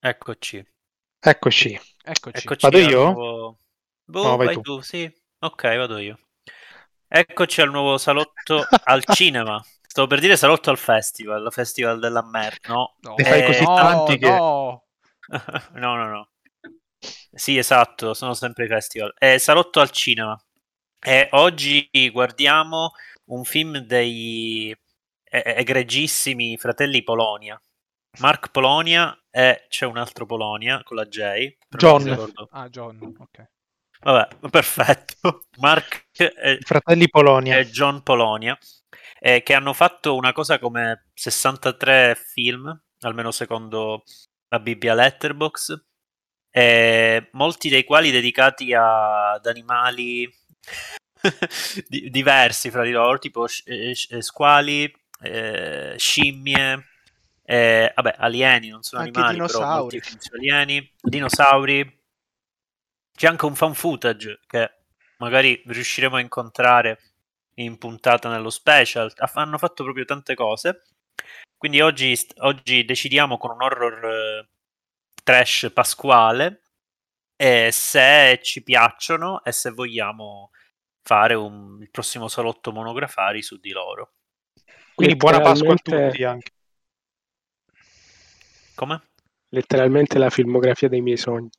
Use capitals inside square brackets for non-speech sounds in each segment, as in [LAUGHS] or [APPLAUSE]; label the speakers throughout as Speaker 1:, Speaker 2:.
Speaker 1: Eccoci.
Speaker 2: Eccoci.
Speaker 1: Eccoci.
Speaker 2: Vado
Speaker 1: al
Speaker 2: io?
Speaker 1: nuovo- Boh,
Speaker 2: No, vai
Speaker 1: vai,
Speaker 2: tu.
Speaker 1: tu. sì. Ok, vado io. Eccoci al nuovo salotto
Speaker 2: [LAUGHS]
Speaker 1: al cinema. Stavo per dire salotto al festival, al festival della merda, no? [LAUGHS]
Speaker 3: No,
Speaker 2: Ne fai
Speaker 1: Eh,
Speaker 2: così
Speaker 1: no,
Speaker 2: tanti che...
Speaker 3: no.
Speaker 1: no, no, no. Sì, esatto, sono sempre i festival. Eh, salotto al cinema. Eh, oggi guardiamo un film dei eh, egregissimi fratelli Polonia. Mark Polonia e c'è un altro Polonia con la J. però non mi
Speaker 2: John.
Speaker 1: ricordo.
Speaker 3: Ah, John, ok.
Speaker 1: Vabbè, perfetto. Mark e,
Speaker 2: Fratelli Polonia.
Speaker 1: e John Polonia, eh, che hanno fatto una cosa come 63 film, almeno secondo la Bibbia Letterbox, eh, molti dei quali dedicati a- ad animali [LAUGHS] di- diversi fra di loro, tipo sci- eh, sci- eh, squali, eh, scimmie, eh, vabbè, alieni, non sono
Speaker 3: Anche
Speaker 1: animali, però
Speaker 3: dinosauri.
Speaker 1: molti film su alieni, dinosauri. C'è anche un fan footage che magari riusciremo a incontrare in puntata nello special. Ha- Hanno fatto proprio tante cose. Quindi oggi, st- oggi decidiamo con un horror eh, trash pasquale eh, se ci piacciono e se vogliamo fare un- il prossimo salotto monografari su di loro.
Speaker 2: Quindi buona Pasqua a
Speaker 4: letteralmente-
Speaker 2: tutti anche.
Speaker 1: Come?
Speaker 4: Letteralmente la filmografia dei miei sogni.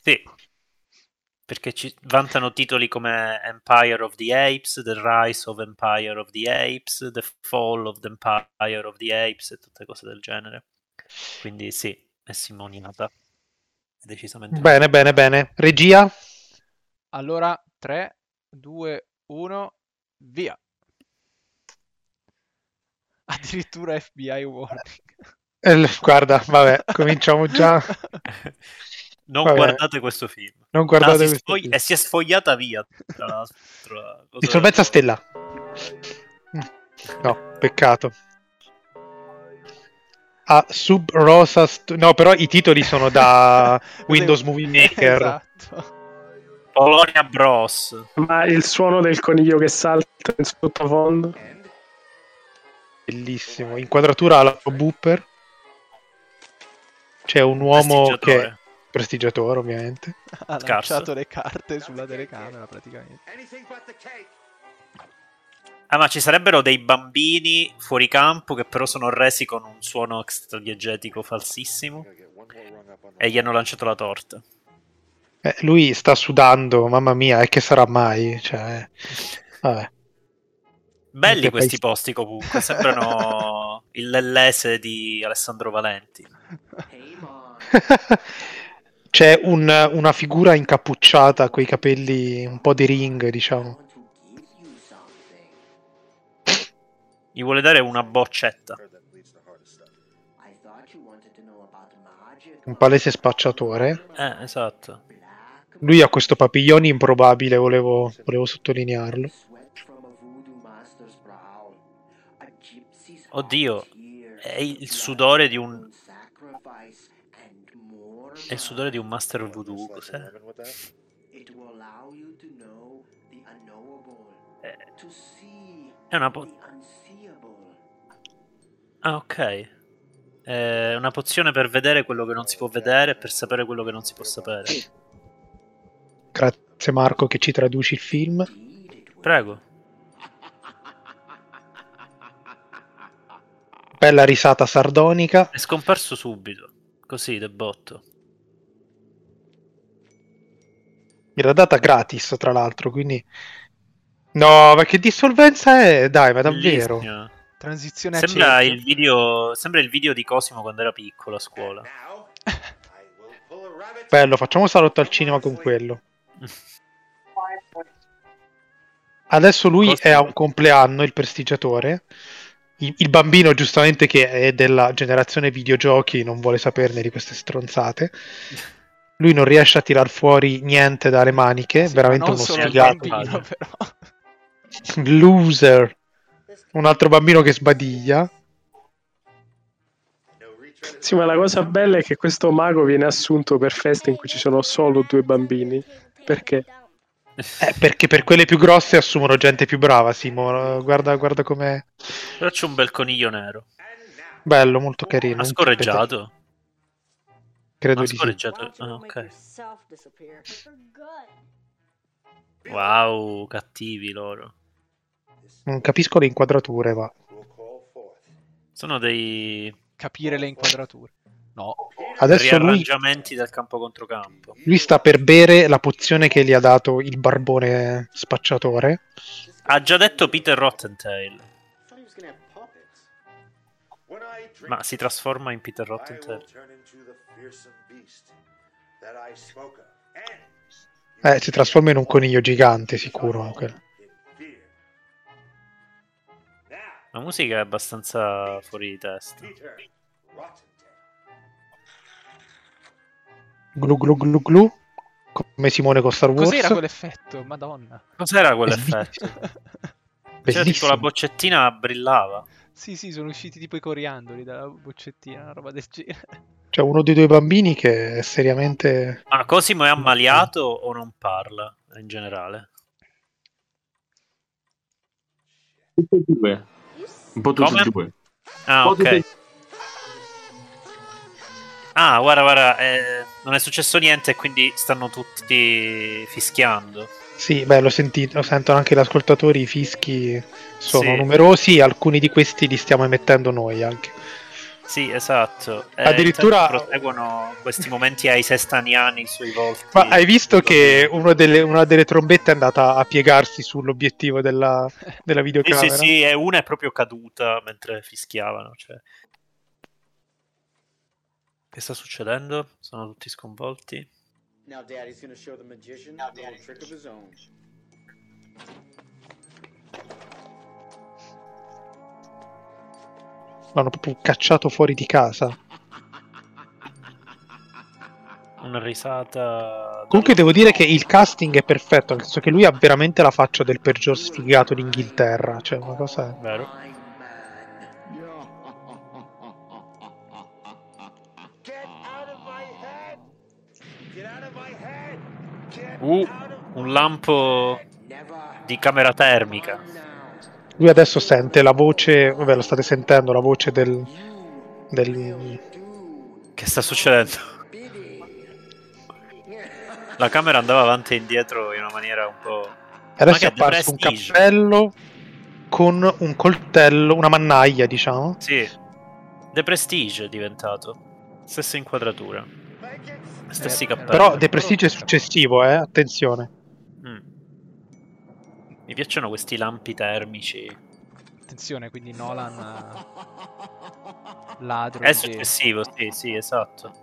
Speaker 1: Sì. Perché ci vantano titoli come Empire of the Apes, The Rise of Empire of the Apes, The Fall of the Empire of the Apes e tutte cose del genere. Quindi sì, è simoniata. È decisamente.
Speaker 2: Bene, bene, bene. Regia?
Speaker 3: Allora, 3, 2, 1, via. [LAUGHS] Addirittura FBI warning.
Speaker 2: Eh, l- guarda,
Speaker 1: [LAUGHS]
Speaker 2: vabbè, cominciamo
Speaker 3: [LAUGHS]
Speaker 2: già.
Speaker 1: non
Speaker 2: Vabbè.
Speaker 1: guardate questo film.
Speaker 2: Non
Speaker 1: Ah,
Speaker 2: guardate
Speaker 1: si
Speaker 2: questo
Speaker 1: sfogli-
Speaker 2: film.
Speaker 1: E si è sfogliata via. Tra l'altro, la cosa-
Speaker 2: Dissolvenza stella. No, peccato. Ah, Sub Rosa... St- no, però i titoli
Speaker 1: [LAUGHS]
Speaker 2: sono da Windows Movie Maker.
Speaker 3: Esatto.
Speaker 1: Polonia Bros.
Speaker 4: Ma il suono del coniglio che salta in sottofondo.
Speaker 2: Bellissimo. Inquadratura alla Booper. C'è un uomo che...
Speaker 1: Prestigiatore.
Speaker 2: Prestigiatore, ovviamente.
Speaker 3: Ha
Speaker 1: Scarso.
Speaker 3: lanciato le carte sulla telecamera praticamente.
Speaker 1: Ah, ma ci sarebbero dei bambini fuori campo che però sono resi con un suono extradiegetico falsissimo e gli hanno lanciato la torta.
Speaker 2: Eh, lui sta sudando, mamma mia, e che sarà mai? Cioè, vabbè. [LAUGHS]
Speaker 1: Belli
Speaker 2: Che
Speaker 1: questi
Speaker 2: paesi-
Speaker 1: posti comunque, sembrano il lellese di Alessandro Valenti.
Speaker 2: C'è un- una figura incappucciata con i capelli un po' di ring, diciamo.
Speaker 1: Gli vuole dare una boccetta.
Speaker 2: Un palese spacciatore.
Speaker 1: Eh, esatto.
Speaker 2: Lui ha questo papiglione improbabile, volevo, volevo sottolinearlo.
Speaker 1: Oddio, è il sudore di un... È il sudore di un master voodoo, cos'è? Eh, È una po- Ah, ok. È una pozione per vedere quello che non si può vedere e per sapere quello che non si può sapere.
Speaker 2: Grazie Marco che ci traduci il film.
Speaker 1: Prego.
Speaker 2: Bella risata sardonica.
Speaker 1: È scomparso subito, così, de botto.
Speaker 2: Me l'ha data gratis, tra l'altro, quindi... No, ma che dissolvenza è? Dai, ma davvero?
Speaker 1: Bellissimo.
Speaker 3: Transizione a
Speaker 1: Sembra
Speaker 3: cerchio.
Speaker 1: il, video, sembra il video di Cosimo quando era piccolo a scuola.
Speaker 2: [LAUGHS] Bello, facciamo salotto al cinema con quello. Adesso lui
Speaker 1: Cosa-
Speaker 2: è a un compleanno, il prestigiatore. Il, il bambino, giustamente, che è della generazione videogiochi, non vuole saperne di queste stronzate. Lui non riesce a tirar fuori niente dalle maniche,
Speaker 3: Sì,
Speaker 2: veramente
Speaker 3: ma
Speaker 2: uno
Speaker 3: non solo il
Speaker 2: sfigato.
Speaker 3: bambino, [LAUGHS] però.
Speaker 2: [LAUGHS] Loser. Un altro bambino che sbadiglia.
Speaker 4: Sì, ma la cosa bella è che questo mago viene assunto per feste in cui ci sono solo due bambini. Perché?
Speaker 2: Eh, perché per quelle più grosse assumono gente più brava, Simo. Guarda, guarda com'è.
Speaker 1: [LAUGHS] Però c'è un bel coniglio nero.
Speaker 2: Bello, molto carino.
Speaker 1: Ha scorreggiato.
Speaker 2: Credo
Speaker 1: Ma
Speaker 2: di sì.
Speaker 1: scorreggiato. Ah, ok.
Speaker 5: ok.
Speaker 1: Wow, cattivi loro.
Speaker 2: Non capisco le inquadrature, ma
Speaker 1: Sono dei
Speaker 3: Capire le inquadrature. No,
Speaker 2: adesso lui,
Speaker 1: riarrangiamenti del campo contro campo.
Speaker 2: lui sta per bere la pozione che gli ha dato il barbone spacciatore.
Speaker 1: Ha già detto Peter Rottentail, ma si trasforma in certo. Peter Rottentail.
Speaker 2: Eh, si trasforma in un coniglio gigante, sicuro. quel-
Speaker 1: La musica è abbastanza fuori di testa.
Speaker 2: Glu glu glu glu. Come Simone con Star Wars.
Speaker 3: cos'era quell'effetto? Madonna.
Speaker 1: Cos'era quell'effetto?
Speaker 3: [LAUGHS]
Speaker 1: C'era tipo
Speaker 2: Bellissimo.
Speaker 1: la boccettina brillava.
Speaker 3: sì, sì, sono usciti tipo i coriandoli dalla boccettina, una roba del [LAUGHS] genere.
Speaker 2: C'è Cioè, uno dei due bambini che è seriamente...
Speaker 1: Ma Cosimo è ammaliato o non parla in generale?
Speaker 6: Tutte e due. Un po' tutte
Speaker 1: Come?
Speaker 6: e due.
Speaker 1: Ah,
Speaker 6: Un po' tutte e-
Speaker 1: ok. Ah, guarda, guarda, eh, non è successo niente e quindi stanno tutti fischiando.
Speaker 2: Sì, beh, lo, senti- lo sentono anche gli ascoltatori, i fischi sono
Speaker 1: Sì.
Speaker 2: numerosi, alcuni di questi li stiamo emettendo noi anche.
Speaker 1: Sì, esatto. Eh,
Speaker 2: Addirittura-
Speaker 1: intanto proseguono questi momenti ai sestaniani sui volti.
Speaker 2: Ma hai visto che uno delle- una delle trombette è andata a piegarsi sull'obiettivo della, della
Speaker 1: Sì, sì,
Speaker 2: videocamera?
Speaker 1: sì, e una è proprio caduta mentre fischiavano. cioè. Che sta succedendo? Sono tutti sconvolti.
Speaker 7: Now daddy's gonna show the magician a little trick of his own.
Speaker 2: L'hanno proprio cacciato fuori di casa.
Speaker 1: Una risata.
Speaker 2: Comunque devo dire che il casting è perfetto, nel senso che lui ha veramente la faccia del peggior sfigato d'Inghilterra. Cioè, una cosa...
Speaker 1: Vero.
Speaker 7: Get out of my head! Get out of my head! Get
Speaker 1: Uh,
Speaker 7: out of
Speaker 1: un
Speaker 7: my
Speaker 1: lampo
Speaker 7: head! Never.
Speaker 1: di camera termica.
Speaker 7: Come now.
Speaker 2: Lui adesso sente la voce, vabbè, la state sentendo, la voce del...
Speaker 7: You
Speaker 2: del
Speaker 7: do
Speaker 1: Che sta succedendo?
Speaker 7: bidding.
Speaker 1: La camera andava avanti e indietro in una maniera un po'.
Speaker 2: Adesso
Speaker 1: che
Speaker 2: è apparso un
Speaker 1: prestige.
Speaker 2: cappello con un coltello, una mannaia, diciamo.
Speaker 1: Sì. The Prestige è diventato. Stessa inquadratura. Stessi
Speaker 3: Eh,
Speaker 1: cappelli.
Speaker 2: Però De Prestige è successivo, eh, attenzione.
Speaker 1: Mm. Mi piacciono questi lampi termici.
Speaker 3: Attenzione, quindi Nolan eh, ladro.
Speaker 1: È
Speaker 3: di-
Speaker 1: successivo, sì, sì, esatto.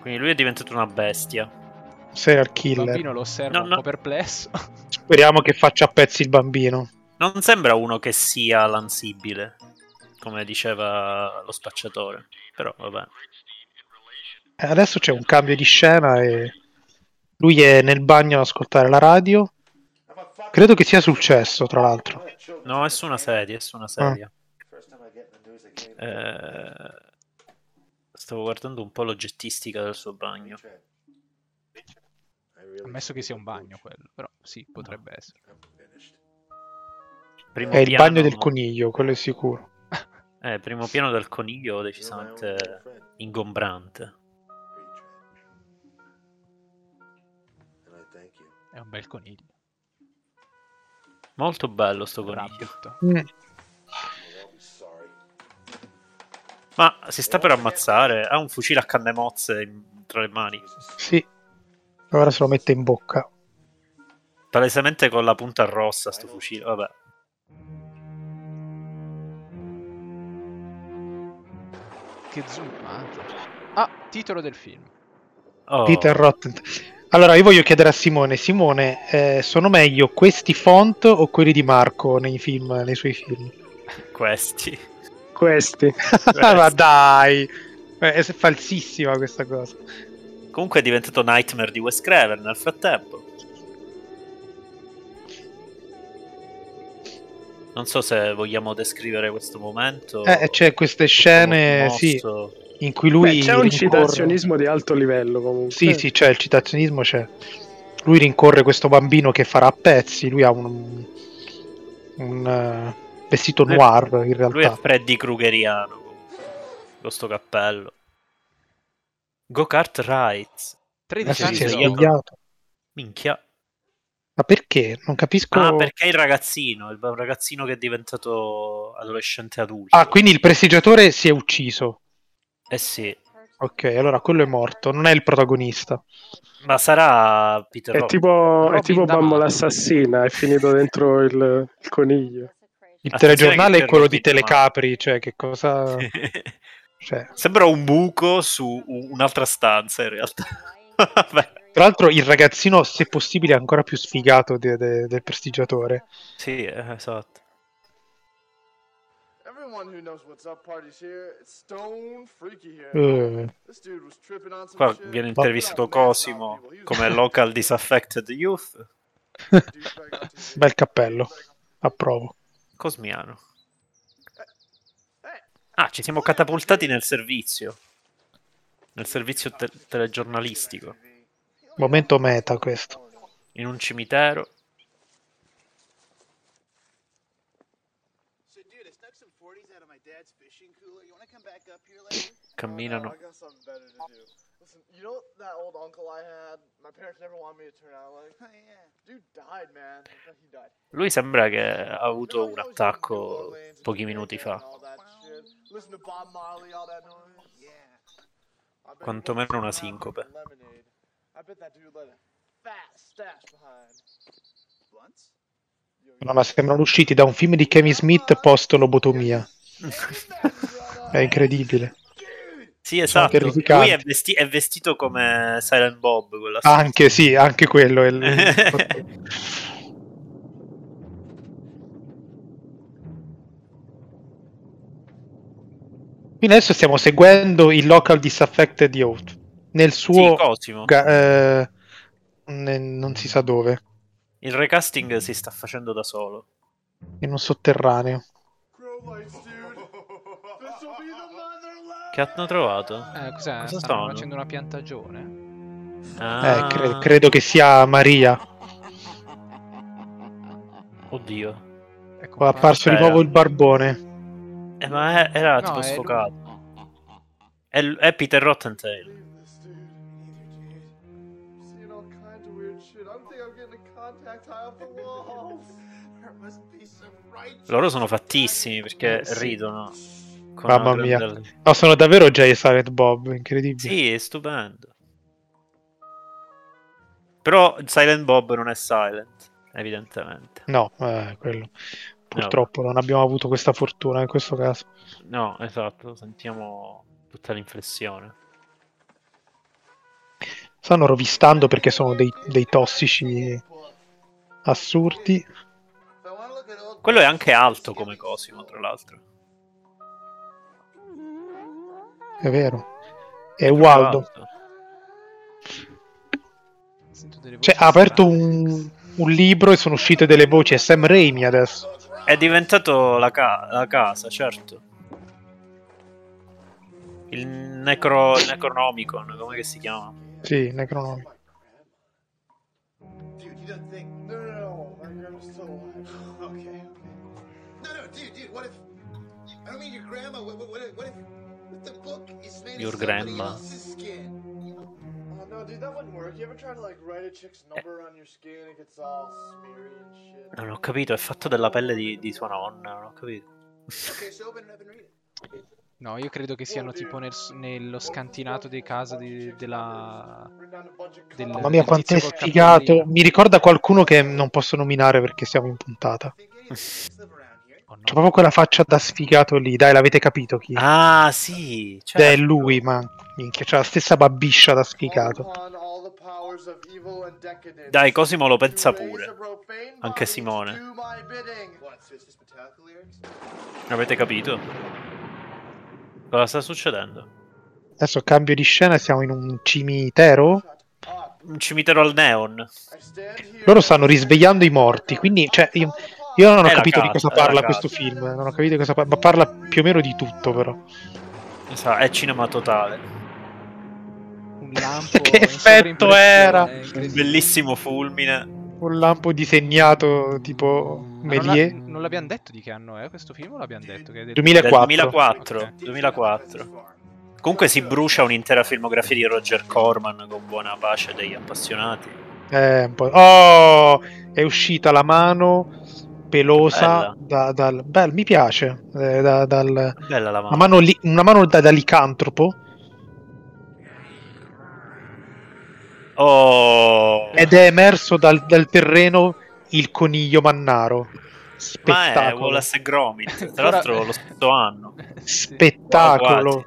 Speaker 1: Quindi lui è diventato una bestia.
Speaker 2: Serial
Speaker 3: Il
Speaker 2: killer.
Speaker 3: bambino lo osserva
Speaker 1: No,
Speaker 3: un
Speaker 1: no.
Speaker 3: po' perplesso. [LAUGHS]
Speaker 2: Speriamo che faccia a pezzi il bambino.
Speaker 1: Non sembra uno che sia lansibile, come diceva lo spacciatore. Però vabbè.
Speaker 2: Eh, Adesso c'è un cambio di scena e lui è nel bagno ad ascoltare la radio. Credo che sia successo, tra l'altro.
Speaker 1: No, è su una serie, è su una serie. Eh, stavo guardando un po' l'oggettistica del suo bagno.
Speaker 3: Ammesso che sia un bagno quello, però sì, potrebbe essere.
Speaker 1: Primo
Speaker 2: È il
Speaker 1: piano-
Speaker 2: bagno del coniglio, quello è sicuro.
Speaker 1: Eh, primo piano del coniglio decisamente ingombrante.
Speaker 3: È un bel coniglio.
Speaker 1: Molto bello sto coniglio.
Speaker 3: Rabbit.
Speaker 2: Mm.
Speaker 1: Ma si sta per ammazzare, ha un fucile a canne mozze in- tra le mani,
Speaker 2: Sì. Ora se lo mette in bocca.
Speaker 1: palesemente con la punta rossa sto fucile, vabbè.
Speaker 3: Che zoomata. Ah, titolo del film.
Speaker 1: Oh,
Speaker 2: Peter Rotten. Allora, io voglio chiedere a Simone, Simone, eh, sono meglio questi font o quelli di Marco nei film, nei suoi
Speaker 4: [LAUGHS]
Speaker 2: film? [LAUGHS]
Speaker 1: questi.
Speaker 4: Questi.
Speaker 2: Ma dai, Eh, è falsissima questa cosa.
Speaker 1: Comunque è diventato Nightmare di Wes Craven nel frattempo. Non so se vogliamo descrivere questo momento.
Speaker 2: Eh, c'è queste scene,
Speaker 1: Molto
Speaker 2: sì,
Speaker 1: mosso.
Speaker 2: in cui lui...
Speaker 4: Beh, c'è un
Speaker 2: rincorre-
Speaker 4: citazionismo di alto livello comunque.
Speaker 2: Sì, sì, c'è il citazionismo, c'è. Lui rincorre questo bambino che farà a pezzi, lui ha un, un, eh, vestito
Speaker 1: Lui è-
Speaker 2: noir in
Speaker 1: Lui è
Speaker 2: realtà.
Speaker 1: Freddy Krugeriano. Questo cappello. Go kart rides. sì,
Speaker 2: Adesso
Speaker 3: 13 anni
Speaker 2: si Eh, è
Speaker 1: sì,
Speaker 3: no.
Speaker 1: io-
Speaker 2: svegliato.
Speaker 1: Minchia.
Speaker 2: Ma perché? Non capisco.
Speaker 1: Ah, perché il ragazzino, il ragazzino che è diventato adolescente adulto.
Speaker 2: Ah, quindi il prestigiatore si è ucciso.
Speaker 1: Eh sì,
Speaker 2: Ok, allora quello è morto, non è il protagonista.
Speaker 1: ma sarà Peter
Speaker 4: È
Speaker 1: Rob-
Speaker 4: tipo, è
Speaker 3: Robin
Speaker 4: tipo
Speaker 3: D'Amato.
Speaker 4: Bambola assassina, è finito dentro il, il coniglio.
Speaker 2: Il
Speaker 1: Attenzione
Speaker 2: telegiornale
Speaker 1: che
Speaker 2: è quello di
Speaker 1: interrompite, ma-
Speaker 2: Telecapri, cioè che cosa... cioè.
Speaker 1: Sembra un buco su u- un'altra stanza in
Speaker 2: [LAUGHS]
Speaker 1: realtà. Vabbè.
Speaker 2: Tra l'altro il ragazzino, se possibile, è ancora più sfigato de- de- del prestigiatore.
Speaker 1: [LAUGHS] Sì, eh, esatto.
Speaker 7: Everyone who knows what's up party's here. It's stone freaky here.
Speaker 2: Eh,
Speaker 7: This dude was tripping on some
Speaker 1: Qua
Speaker 7: shit.
Speaker 1: viene intervistato Cosimo come local disaffected youth
Speaker 2: Bel cappello, approvo.
Speaker 1: cosmiano. Ah, ci siamo catapultati nel servizio. Nel servizio te- telegiornalistico.
Speaker 2: Momento meta questo.
Speaker 1: In un cimitero.
Speaker 7: Oh,
Speaker 1: Camminano.
Speaker 7: Listen, you know that old uncle I had? My parents never wanted me to turn out like. [LAUGHS] Oh, yeah. Dude died, man. He died.
Speaker 1: Lui sembra che ha avuto un attacco pochi minuti fa. Quantomeno una sincope.
Speaker 2: No, ma sembrano usciti da un film di Kevin Smith post lobotomia. È incredibile.
Speaker 1: Sì, esatto.
Speaker 2: terrificanti.
Speaker 1: Lui è, vesti- è vestito come Silent Bob, quella
Speaker 2: Anche sì, anche quello. è il-
Speaker 1: [LAUGHS] stessa.
Speaker 2: Quindi adesso stiamo seguendo il local disaffected youth nel
Speaker 1: sì,
Speaker 2: suo...
Speaker 1: Cosimo.
Speaker 2: ga- eh, ne- non si sa dove,
Speaker 1: Il recasting si sta facendo da solo.
Speaker 2: in un sotterraneo.
Speaker 1: Che hanno trovato?
Speaker 3: Eh, cos'è?
Speaker 1: Cosa
Speaker 3: Stanno
Speaker 1: stanno?
Speaker 3: facendo una piantagione.
Speaker 1: Ah.
Speaker 2: Eh, cre- credo che sia Maria.
Speaker 1: Oddio.
Speaker 2: Qua
Speaker 3: Ecco,
Speaker 1: Ah,
Speaker 2: È apparso di
Speaker 1: Era.
Speaker 2: nuovo il barbone.
Speaker 1: Eh, ma è- era
Speaker 3: No,
Speaker 1: tipo
Speaker 3: è lui.
Speaker 1: sfocato. È, l- è Peter Rottentail.
Speaker 5: [LAUGHS]
Speaker 1: Loro sono fattissimi perché
Speaker 3: Eh, Sì.
Speaker 1: ridono. con
Speaker 2: Mamma
Speaker 1: una
Speaker 2: mia.
Speaker 1: grande-
Speaker 2: No, sono davvero Jay e Silent Bob, incredibile.
Speaker 1: Sì, è stupendo. Però Silent Bob non è Silent, evidentemente.
Speaker 2: No, eh, quello. Purtroppo non abbiamo avuto questa fortuna in questo caso.
Speaker 1: No, esatto, sentiamo tutta l'inflessione.
Speaker 2: Stanno rovistando perché sono dei, dei tossici assurdi.
Speaker 1: Quello è anche alto come Cosimo, tra l'altro.
Speaker 2: È vero. È Waldo.
Speaker 1: Alto.
Speaker 3: Sento delle
Speaker 2: Cioè,
Speaker 3: voci
Speaker 2: ha aperto
Speaker 3: strane.
Speaker 2: un, un libro e sono uscite delle voci. È Sam Raimi adesso.
Speaker 1: È diventato la, ca- la casa, certo. Il necro- il Necronomicon, come che si chiama?
Speaker 2: Sì, Necronomicon.
Speaker 7: Dude, you don't think. No, no, no, my grandma's still alive. [LAUGHS] okay, okay. No, no, dude, dude, what if. I don't mean your grandma. What, what, what if. What if the book is made
Speaker 1: Your
Speaker 7: of somebody
Speaker 1: grandma.
Speaker 7: else's skin? Oh, no, dude, that wouldn't work. You ever try to, like, write a chick's number on your skin? It gets all smeary and shit.
Speaker 1: Non ho capito, è fatto della pelle di, di sua nonna, non ho capito.
Speaker 7: Okay, so open it up and read it.
Speaker 3: No, io credo che siano tipo nel- nello scantinato dei casa di- della... del-
Speaker 2: Mamma mia,
Speaker 3: del
Speaker 2: quanto è
Speaker 3: tizio col
Speaker 2: sfigato.
Speaker 3: cappellino.
Speaker 2: Mi ricorda qualcuno che non posso nominare perché siamo in puntata.
Speaker 1: [LAUGHS]
Speaker 3: Oh,
Speaker 2: C'è
Speaker 3: no.
Speaker 2: proprio quella faccia da sfigato lì. Dai, l'avete capito chi?
Speaker 1: Ah, sì,
Speaker 2: Ed
Speaker 1: certo.
Speaker 2: Cioè, È lui, ma minchia, c'ha la stessa babbiscia da sfigato.
Speaker 1: Dai, Cosimo lo pensa pure. Anche Simone. Avete capito? Cosa sta succedendo?
Speaker 2: Adesso cambio di scena, siamo in un cimitero.
Speaker 1: Un cimitero al neon.
Speaker 2: Cioè, Loro stanno risvegliando i morti, quindi cioè, io, io non ho
Speaker 1: È la
Speaker 2: capito di
Speaker 1: casa,
Speaker 2: cosa
Speaker 1: è la
Speaker 2: parla
Speaker 1: casa.
Speaker 2: questo film. Non ho capito di cosa parla, ma parla più o meno di tutto, però.
Speaker 1: Non so, è cinema totale.
Speaker 3: Un lampo
Speaker 2: Che [LAUGHS]
Speaker 3: in
Speaker 2: effetto era?
Speaker 3: sovraimpressione, è
Speaker 1: Un
Speaker 3: eh, incredibile.
Speaker 1: bellissimo fulmine.
Speaker 2: un lampo disegnato tipo
Speaker 3: Ma non, l'ha-
Speaker 2: Melie.
Speaker 3: non l'abbiamo detto di che anno è questo film o l'abbiamo detto? Che hai detto?
Speaker 2: 2004.
Speaker 1: 2004,
Speaker 3: Ok.
Speaker 1: 2004. Comunque si brucia un'intera filmografia di Roger Corman con buona pace degli appassionati.
Speaker 2: Eh, un po'- Oh, è uscita la mano pelosa
Speaker 1: Bella.
Speaker 2: da- dal... Bel, mi piace. eh, da- dal...
Speaker 1: Bella la
Speaker 2: Una
Speaker 1: mano.
Speaker 2: mano, li- una mano da, da licantropo
Speaker 1: Oh,
Speaker 2: ed è emerso dal, dal terreno il coniglio mannaro.
Speaker 1: ma è
Speaker 2: Spettacolo.
Speaker 1: Wallace e
Speaker 3: [LAUGHS]
Speaker 1: Gromit. Tra
Speaker 3: Ora-
Speaker 1: l'altro lo stesso anno.
Speaker 3: [LAUGHS] Sì.
Speaker 2: Spettacolo.
Speaker 1: Wow,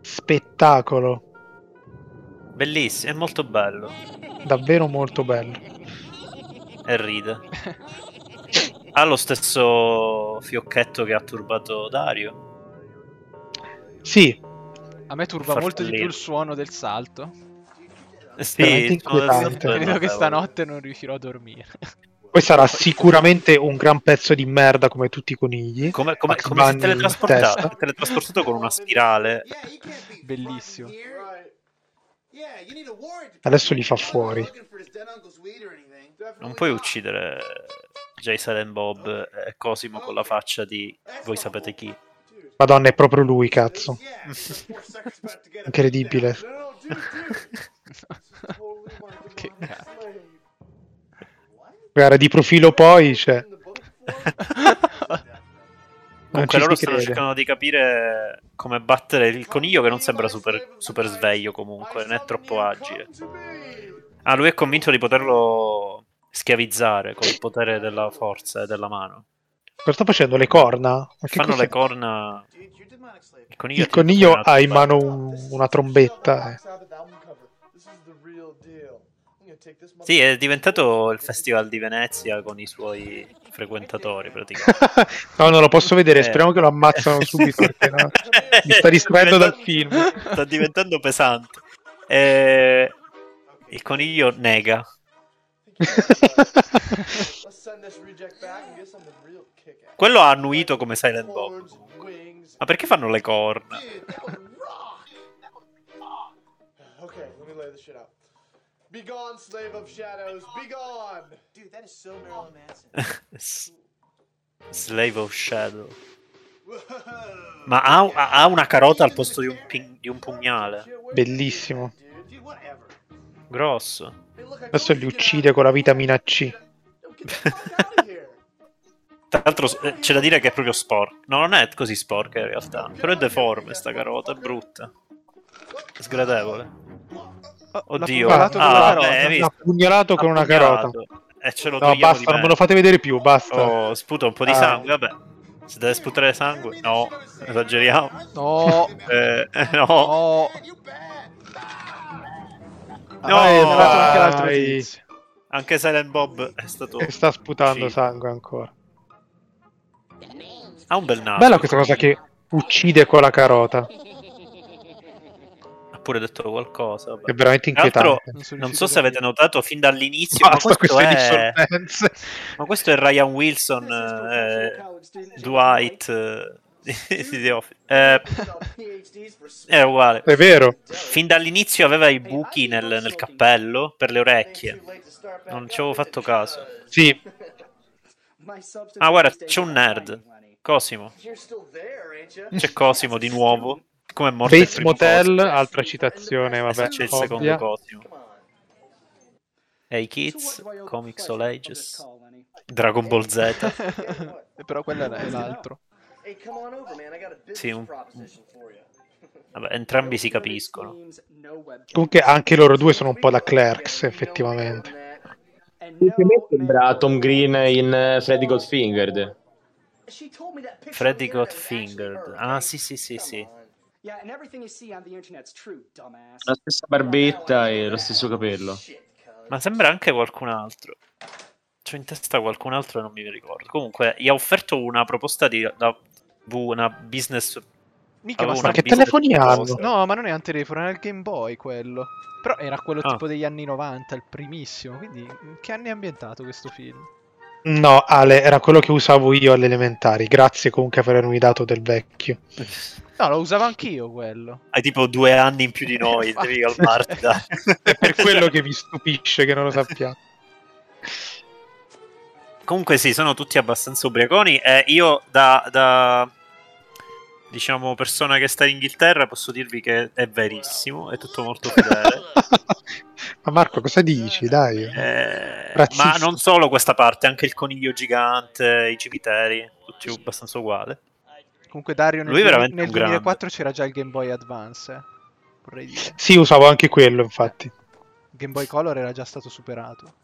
Speaker 2: Spettacolo.
Speaker 1: Bellissimo, è molto bello.
Speaker 2: Davvero molto bello.
Speaker 1: E ride. Ha lo stesso fiocchetto che ha turbato Dario.
Speaker 2: Sì,
Speaker 3: A me turba
Speaker 1: Far
Speaker 3: molto di più
Speaker 1: fallire.
Speaker 3: il suono del salto.
Speaker 2: Eh, Veramente
Speaker 1: il suono del
Speaker 2: inquietante.
Speaker 1: salto è
Speaker 3: Credo che
Speaker 1: notevole.
Speaker 3: stanotte non riuscirò a dormire.
Speaker 2: poi sarà sicuramente un gran pezzo di merda come tutti i conigli.
Speaker 1: Come, come,
Speaker 2: Bugs
Speaker 1: come si è
Speaker 2: Bunny
Speaker 1: teletrasportato,
Speaker 2: in testa.
Speaker 1: è [LAUGHS] teletrasportato con una spirale. [LAUGHS]
Speaker 3: Bellissimo.
Speaker 2: Adesso li fa fuori.
Speaker 1: Non puoi uccidere Jason and Bob e Cosimo con la faccia di voi sapete chi.
Speaker 2: Madonna, è proprio lui, cazzo. Incredibile. [LAUGHS]
Speaker 3: che cazzo.
Speaker 2: Guarda, di profilo poi, cioè,
Speaker 1: [LAUGHS]
Speaker 2: non
Speaker 1: Comunque
Speaker 2: ci
Speaker 1: loro
Speaker 2: si
Speaker 1: stanno
Speaker 2: crede.
Speaker 1: cercando di capire come battere il coniglio che non sembra super, super sveglio comunque, né troppo agile. Ah, lui è convinto di poterlo schiavizzare col potere della forza e della mano.
Speaker 2: Cosa sta facendo? Le corna? Ma che
Speaker 1: Fanno
Speaker 2: cos'è?
Speaker 1: le corna. Il coniglio,
Speaker 2: Il
Speaker 1: ti-
Speaker 2: coniglio ha in
Speaker 1: ti-
Speaker 2: mano un- una trombetta. eh.
Speaker 1: Sì, è diventato il Festival di Venezia con i suoi frequentatori praticamente.
Speaker 2: [LAUGHS] no, non lo posso vedere,
Speaker 1: Eh.
Speaker 2: speriamo che
Speaker 1: [LAUGHS]
Speaker 2: lo ammazzano subito. perché no? Mi sta distraendo dal film.
Speaker 1: Sta diventando pesante. Eh, il coniglio nega. Quello ha annuito come Silent Bob. comunque. Ma perché fanno le corna?
Speaker 7: Okay, let me lay this shit out. Be gone, slave of shadows, be gone! Dude, that is so Marilyn Manson.
Speaker 1: S- Slave of Shadow.
Speaker 7: Whoa.
Speaker 1: [LAUGHS] Ma ha, ha- ha una carota al posto di un, pin- di un pugnale.
Speaker 2: Bellissimo.
Speaker 7: Dude, whatever.
Speaker 1: Grosso.
Speaker 7: Hey, look, I
Speaker 2: Adesso
Speaker 7: told
Speaker 2: li
Speaker 7: you to get
Speaker 2: uccide
Speaker 7: out.
Speaker 2: con la vitamina C.
Speaker 7: Get the fuck out
Speaker 1: [LAUGHS]
Speaker 7: of here.
Speaker 1: Tra l'altro eh, c'è da dire che è proprio sporca. No, non è così sporca in realtà. Però è deforme sta carota, è brutta. Sgradevole. Oddio.
Speaker 2: Oh, l'ha
Speaker 3: Ah,
Speaker 2: pugnalato con la
Speaker 1: Ah,
Speaker 2: carota.
Speaker 1: beh, hai
Speaker 2: L'ha
Speaker 1: visto?
Speaker 2: pugnalato con una carota.
Speaker 1: E ce lo
Speaker 2: No,
Speaker 1: togliamo di
Speaker 2: basta, non me lo fate vedere più, basta.
Speaker 1: Oh, sputa un po' di
Speaker 2: Ah.
Speaker 1: sangue, vabbè. Si deve sputare sangue? No, esageriamo.
Speaker 3: No,
Speaker 1: [LAUGHS] Eh, no,
Speaker 3: no.
Speaker 1: no.
Speaker 2: Ah, è
Speaker 3: Ho trovato
Speaker 2: dai.
Speaker 3: anche l'altro tizio.
Speaker 1: anche Silent Bob è stato...
Speaker 2: E sta sputando
Speaker 1: Sì.
Speaker 2: sangue ancora.
Speaker 1: Ha un bel naso.
Speaker 2: Bella questa cosa che uccide con la carota.
Speaker 1: Ha pure detto qualcosa. vabbè.
Speaker 2: È veramente
Speaker 1: Tra l'altro,
Speaker 2: inquietante.
Speaker 3: sono
Speaker 1: Non
Speaker 3: riuscito
Speaker 1: so se avete
Speaker 3: a-
Speaker 1: notato fin dall'inizio, ma
Speaker 2: Basta
Speaker 1: questo,
Speaker 2: queste
Speaker 1: è...
Speaker 2: dissolvenze.
Speaker 1: ma questo è Ryan Wilson, eh, Dwight eh, [LAUGHS] di The Office. Eh, [LAUGHS] è uguale.
Speaker 2: È vero.
Speaker 1: Fin dall'inizio aveva i buchi nel, nel cappello per le orecchie. Non ci avevo fatto caso.
Speaker 2: Sì,
Speaker 1: Ah, guarda, c'è un nerd. Cosimo. C'è Cosimo di nuovo. Come è morto il
Speaker 2: Bates
Speaker 1: primo
Speaker 2: Motel,
Speaker 1: Cosimo.
Speaker 2: altra citazione, vabbè,
Speaker 1: Eh, c'è il
Speaker 2: ovvia.
Speaker 1: secondo Cosimo. Hey Kids, Comics All Ages, Dragon Ball Z. [LAUGHS]
Speaker 3: Eh, Però quello era- è l'altro.
Speaker 1: Sì, un- Vabbè, entrambi si capiscono.
Speaker 2: Comunque anche loro due sono un po' da clerks, effettivamente.
Speaker 6: Sembra Tom Green in eh, Freddy Goldfinger.
Speaker 1: Freddy got fingered. Ah, sì, sì, sì, sì.
Speaker 6: La stessa barbetta e lo stesso capello.
Speaker 1: Ma sembra anche qualcun altro. C'ho in testa qualcun altro e non mi ricordo. Comunque, gli ha offerto una proposta di da- bu- una business.
Speaker 3: Mica,
Speaker 1: avevo
Speaker 3: ma
Speaker 1: una
Speaker 3: sta-
Speaker 2: che
Speaker 1: business
Speaker 2: telefoni hanno?
Speaker 1: proposta.
Speaker 3: No, ma non era un telefono, era il Game Boy quello. Però era quello
Speaker 1: Ah.
Speaker 3: tipo degli anni 90, il primissimo. Quindi, in che anni è ambientato questo film?
Speaker 2: No, Ale, era quello che usavo io alle elementari. Grazie comunque per avermi dato del vecchio.
Speaker 3: No, lo usavo anch'io quello.
Speaker 1: Hai tipo due anni in più di
Speaker 2: [LAUGHS]
Speaker 1: noi, devi calmarti. dai.
Speaker 2: È per quello che mi stupisce che non lo sappiamo.
Speaker 1: Comunque sì, sono tutti abbastanza ubriaconi e io da, da, diciamo persona che sta in Inghilterra posso dirvi che è verissimo, è tutto molto fedele.
Speaker 2: [LAUGHS] ma Marco, cosa dici? Dai.
Speaker 1: Eh,
Speaker 2: Razzista.
Speaker 1: ma non solo questa parte, anche il coniglio gigante, i cimiteri, tutti abbastanza uguali.
Speaker 3: Comunque Dario nel,
Speaker 1: Lui è veramente
Speaker 3: nel
Speaker 1: un grande.
Speaker 3: 2004 c'era già il Game Boy Advance, eh. vorrei dire.
Speaker 2: Sì, usavo anche quello, infatti.
Speaker 3: Il Game Boy Color era già stato superato.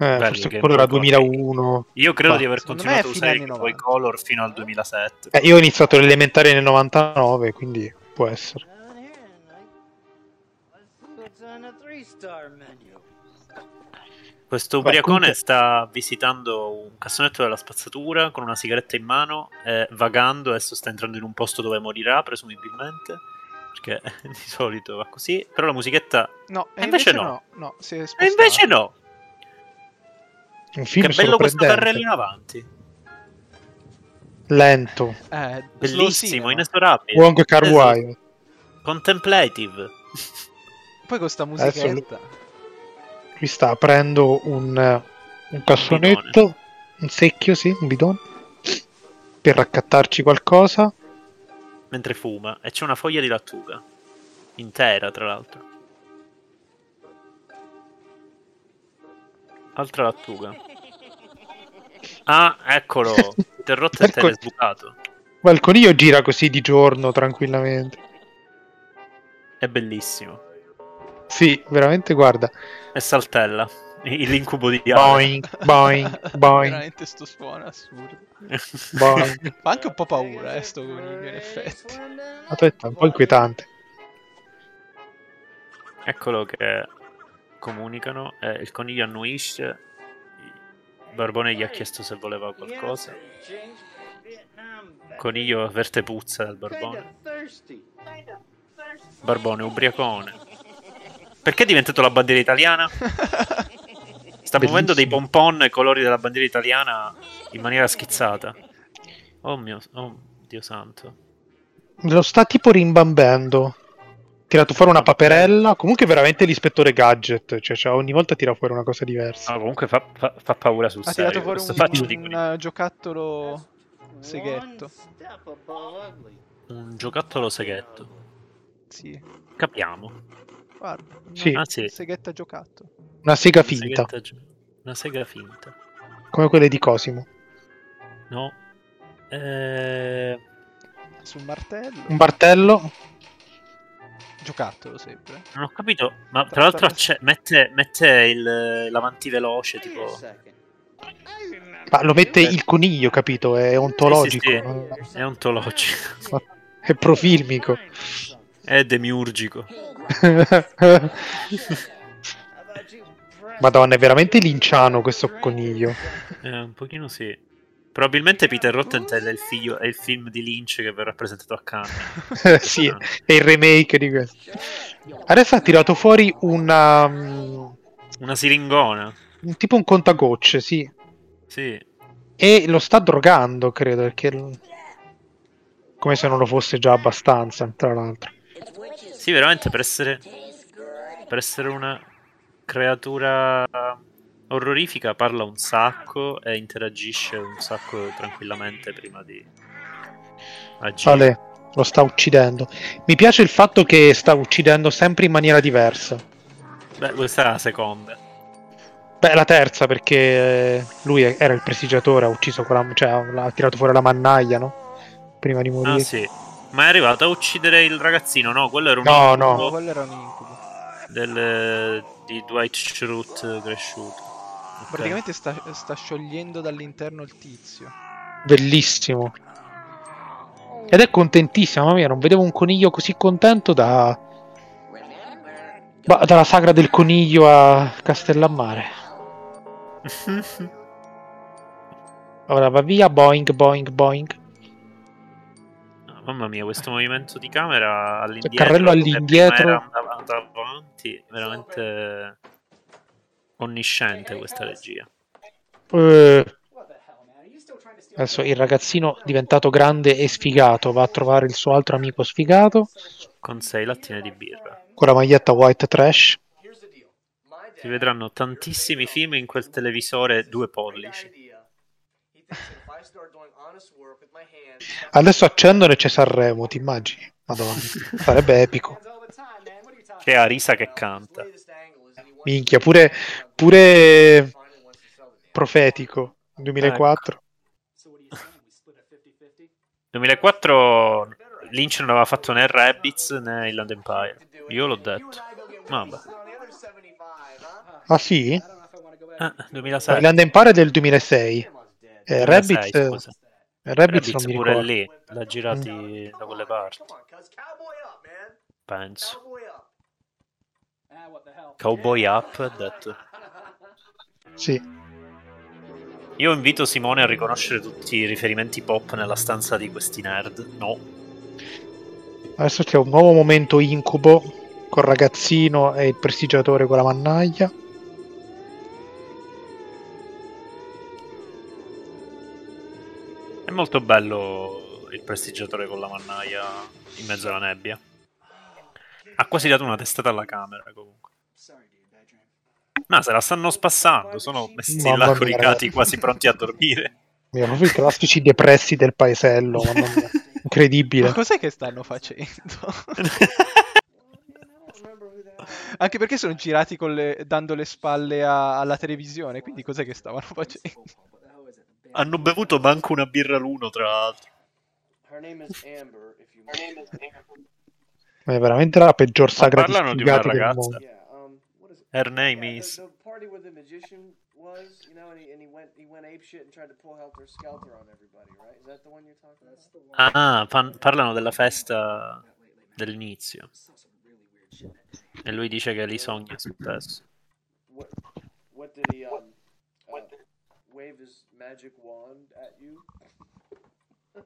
Speaker 2: Eh,
Speaker 1: Bello,
Speaker 2: forse
Speaker 1: Game
Speaker 2: quello era
Speaker 1: Boy
Speaker 2: 2001.
Speaker 1: Io credo
Speaker 2: Ma
Speaker 1: di aver
Speaker 3: secondo
Speaker 1: continuato a
Speaker 3: me è
Speaker 1: usare
Speaker 3: fine
Speaker 1: il
Speaker 3: anni
Speaker 1: Boy
Speaker 3: 90.
Speaker 1: Color fino al 2007.
Speaker 2: Eh, io ho iniziato l'elementare nel 99, quindi può essere.
Speaker 1: Questo
Speaker 2: Ma
Speaker 1: ubriacone
Speaker 2: comunque-
Speaker 1: sta visitando un cassonetto della spazzatura con una sigaretta in mano, eh, vagando, adesso sta entrando in un posto dove morirà presumibilmente, perché [LAUGHS] di solito va così, però la musichetta...
Speaker 3: No, e
Speaker 1: Eh, invece
Speaker 3: invece,
Speaker 1: no.
Speaker 3: no. no, si è
Speaker 1: E invece no!
Speaker 2: Un film
Speaker 1: Che bello questo
Speaker 2: sorprendente.
Speaker 1: carrellino avanti!
Speaker 2: Lento.
Speaker 3: spostato. Eh,
Speaker 1: Bellissimo,
Speaker 3: slow cinema.
Speaker 1: inesorabile!
Speaker 2: Wong Kar
Speaker 1: Esatto.
Speaker 2: Wai.
Speaker 1: Contemplative!
Speaker 3: Poi con sta
Speaker 2: Adesso lui-
Speaker 3: musichetta. [LAUGHS]
Speaker 2: Qui sta aprendo un, un cassonetto, un, secchio, sì, un bidone, per raccattarci qualcosa.
Speaker 1: Mentre fuma, e c'è una foglia di lattuga. Intera, tra l'altro. Altra lattuga. Ah,
Speaker 2: [LAUGHS]
Speaker 1: eccolo! Interrotto e
Speaker 2: Ecco-
Speaker 1: tele sbucato.
Speaker 2: Ma il coniglio gira così di giorno tranquillamente.
Speaker 1: È bellissimo.
Speaker 2: Sì, veramente, guarda.
Speaker 1: E saltella. I- L'incubo di Diana.
Speaker 2: Boing, boing,
Speaker 1: [LAUGHS]
Speaker 2: boing,
Speaker 3: Veramente sto suono assurdo.
Speaker 2: boing.
Speaker 3: Fa anche un po' paura, eh, sto coniglio, in effetti. [LAUGHS]
Speaker 2: La testa è un po' inquietante.
Speaker 1: Eccolo che comunicano. eh, il coniglio annuisce. Il Barbone gli ha chiesto se voleva qualcosa. Il Coniglio avverte puzza dal barbone. Barbone, ubriacone. Perché è diventato la bandiera italiana? Sta muovendo dei
Speaker 2: Bellissimo.
Speaker 1: pompon ai colori della bandiera italiana in maniera schizzata. Oh mio oh, Dio santo.
Speaker 2: Lo sta tipo rimbambendo. Tirato fuori una paperella. Comunque, veramente l'ispettore gadget. Cioè, cioè, ogni volta tira fuori una cosa diversa.
Speaker 1: No, comunque fa, fa- fa paura sul
Speaker 3: Ha
Speaker 1: serio.
Speaker 3: tirato fuori
Speaker 1: questo
Speaker 3: un,
Speaker 1: faccio di quelli-
Speaker 3: un, eh, giocattolo Oh, seghetto.
Speaker 1: un giocattolo seghetto.
Speaker 3: Sì,
Speaker 1: Capiamo.
Speaker 3: guarda. una
Speaker 2: Sì.
Speaker 1: Ah, sì.
Speaker 3: Seghetta giocattolo.
Speaker 2: Una sega
Speaker 1: Una
Speaker 2: finta,
Speaker 1: seghetta gi- Una sega finta.
Speaker 2: come quelle di Cosimo.
Speaker 1: No. Eh,
Speaker 3: Sul martello.
Speaker 2: Un martello.
Speaker 3: Giocattolo sempre.
Speaker 1: non ho capito. Ma tra l'altro acce- mette, mette il, l'avanti veloce, tipo...
Speaker 2: Ma lo mette il coniglio, capito? È ontologico.
Speaker 1: Sì, sì, sì.
Speaker 2: no?
Speaker 1: È ontologico.
Speaker 2: [LAUGHS] È profilmico.
Speaker 1: È demiurgico.
Speaker 2: [LAUGHS] Madonna, è veramente linciano questo coniglio.
Speaker 1: Eh, un pochino sì. Probabilmente Peter Roth intende il, figlio- è il film di Lynch che verrà presentato a Cannes.
Speaker 2: [LAUGHS] sì, è il remake di questo. Adesso ha tirato fuori una. mm,
Speaker 1: Una siringona.
Speaker 2: tipo un contagocce, sì.
Speaker 1: Sì.
Speaker 2: E lo sta drogando, credo, perché. l- Come se non lo fosse già abbastanza, tra l'altro.
Speaker 1: Sì, veramente per essere per essere una creatura orrorifica parla un sacco e interagisce un sacco tranquillamente prima di agire.
Speaker 2: Ale, lo sta uccidendo. Mi piace il fatto che sta uccidendo sempre in maniera diversa.
Speaker 1: Beh, questa è la seconda.
Speaker 2: Beh, la terza perché eh, lui è- era il prestigiatore, ha ucciso con la, cioè ha ha tirato fuori la mannaia, no? Prima di morire.
Speaker 1: Ah, sì. Ma è arrivato a uccidere il ragazzino, no? Quello era un
Speaker 2: No,
Speaker 1: incubo
Speaker 2: no.
Speaker 3: Quello era un incubo.
Speaker 1: del, di Dwight Schrute cresciuto. Ok.
Speaker 3: Praticamente sta, sta sciogliendo dall'interno il tizio.
Speaker 2: Bellissimo. Ed è contentissimo, mamma mia, non vedevo un coniglio così contento da... ba- dalla sagra del coniglio a
Speaker 1: [LAUGHS]
Speaker 2: Castellammare. Ora va via, boing, boing, boing.
Speaker 1: Mamma mia, questo movimento di camera all'indietro.
Speaker 2: Cioè, carrello
Speaker 1: come
Speaker 2: all'indietro.
Speaker 1: prima Era andato avanti, veramente onnisciente questa regia.
Speaker 2: Eh, adesso il ragazzino diventato grande e sfigato va a trovare il suo altro amico sfigato
Speaker 1: Con sei lattine di birra.
Speaker 2: con la maglietta white trash.
Speaker 1: Si vedranno tantissimi film in quel televisore due pollici.
Speaker 2: Adesso accendono e c'è Sanremo, ti immagini?
Speaker 1: [LAUGHS]
Speaker 2: Madonna, sarebbe epico.
Speaker 1: C'è Arisa che canta.
Speaker 2: Minchia, pure- pure Profetico, 2004.
Speaker 1: 2004 Oh, Lynch non aveva fatto né Rabbids né Inland Empire. Io l'ho detto. Vabbè.
Speaker 2: Ah sì?
Speaker 1: Ah, 2006.
Speaker 2: Land Empire è del 2006.
Speaker 1: 2006,
Speaker 2: Eh, Rabbids,
Speaker 1: scusa.
Speaker 2: Rabbids non
Speaker 1: Rabbids
Speaker 2: mi
Speaker 1: pure
Speaker 2: ricordo. Mm.
Speaker 1: lì, l'ha girati da quelle parti, penso. Cowboy Up, ha detto.
Speaker 2: Sì.
Speaker 1: Io invito Simone a riconoscere tutti i riferimenti pop nella stanza di questi nerd. No.
Speaker 2: Adesso c'è un nuovo momento incubo col ragazzino e il prestigiatore con la mannaia.
Speaker 1: È molto bello il prestigiatore con la mannaia in mezzo alla nebbia. Ha quasi dato una testata alla camera, comunque. Ma se la stanno spassando, sono messi
Speaker 2: Mamma
Speaker 1: là
Speaker 2: mia,
Speaker 1: con i
Speaker 2: ragazzi.
Speaker 1: cati quasi pronti a dormire.
Speaker 2: Mi proprio i classici depressi del [LAUGHS] paesello. mamma mia.
Speaker 3: Ma
Speaker 2: Incredibile.
Speaker 3: cos'è che stanno facendo? [LAUGHS] Anche perché sono girati con le- dando le spalle a- alla televisione, quindi cos'è che stavano facendo?
Speaker 1: Hanno bevuto manco una birra l'uno, tra l'altro.
Speaker 2: È veramente la peggior
Speaker 1: Ma
Speaker 2: sagra
Speaker 1: parlano di una
Speaker 2: sfigati del
Speaker 1: ragazza.
Speaker 2: mondo.
Speaker 5: um,
Speaker 1: Her name is. Ah, fan- parlano della festa dell'inizio. E lui dice che li sogna spesso.
Speaker 5: What, what did he um, uh, wave his magic wand at you? [LAUGHS]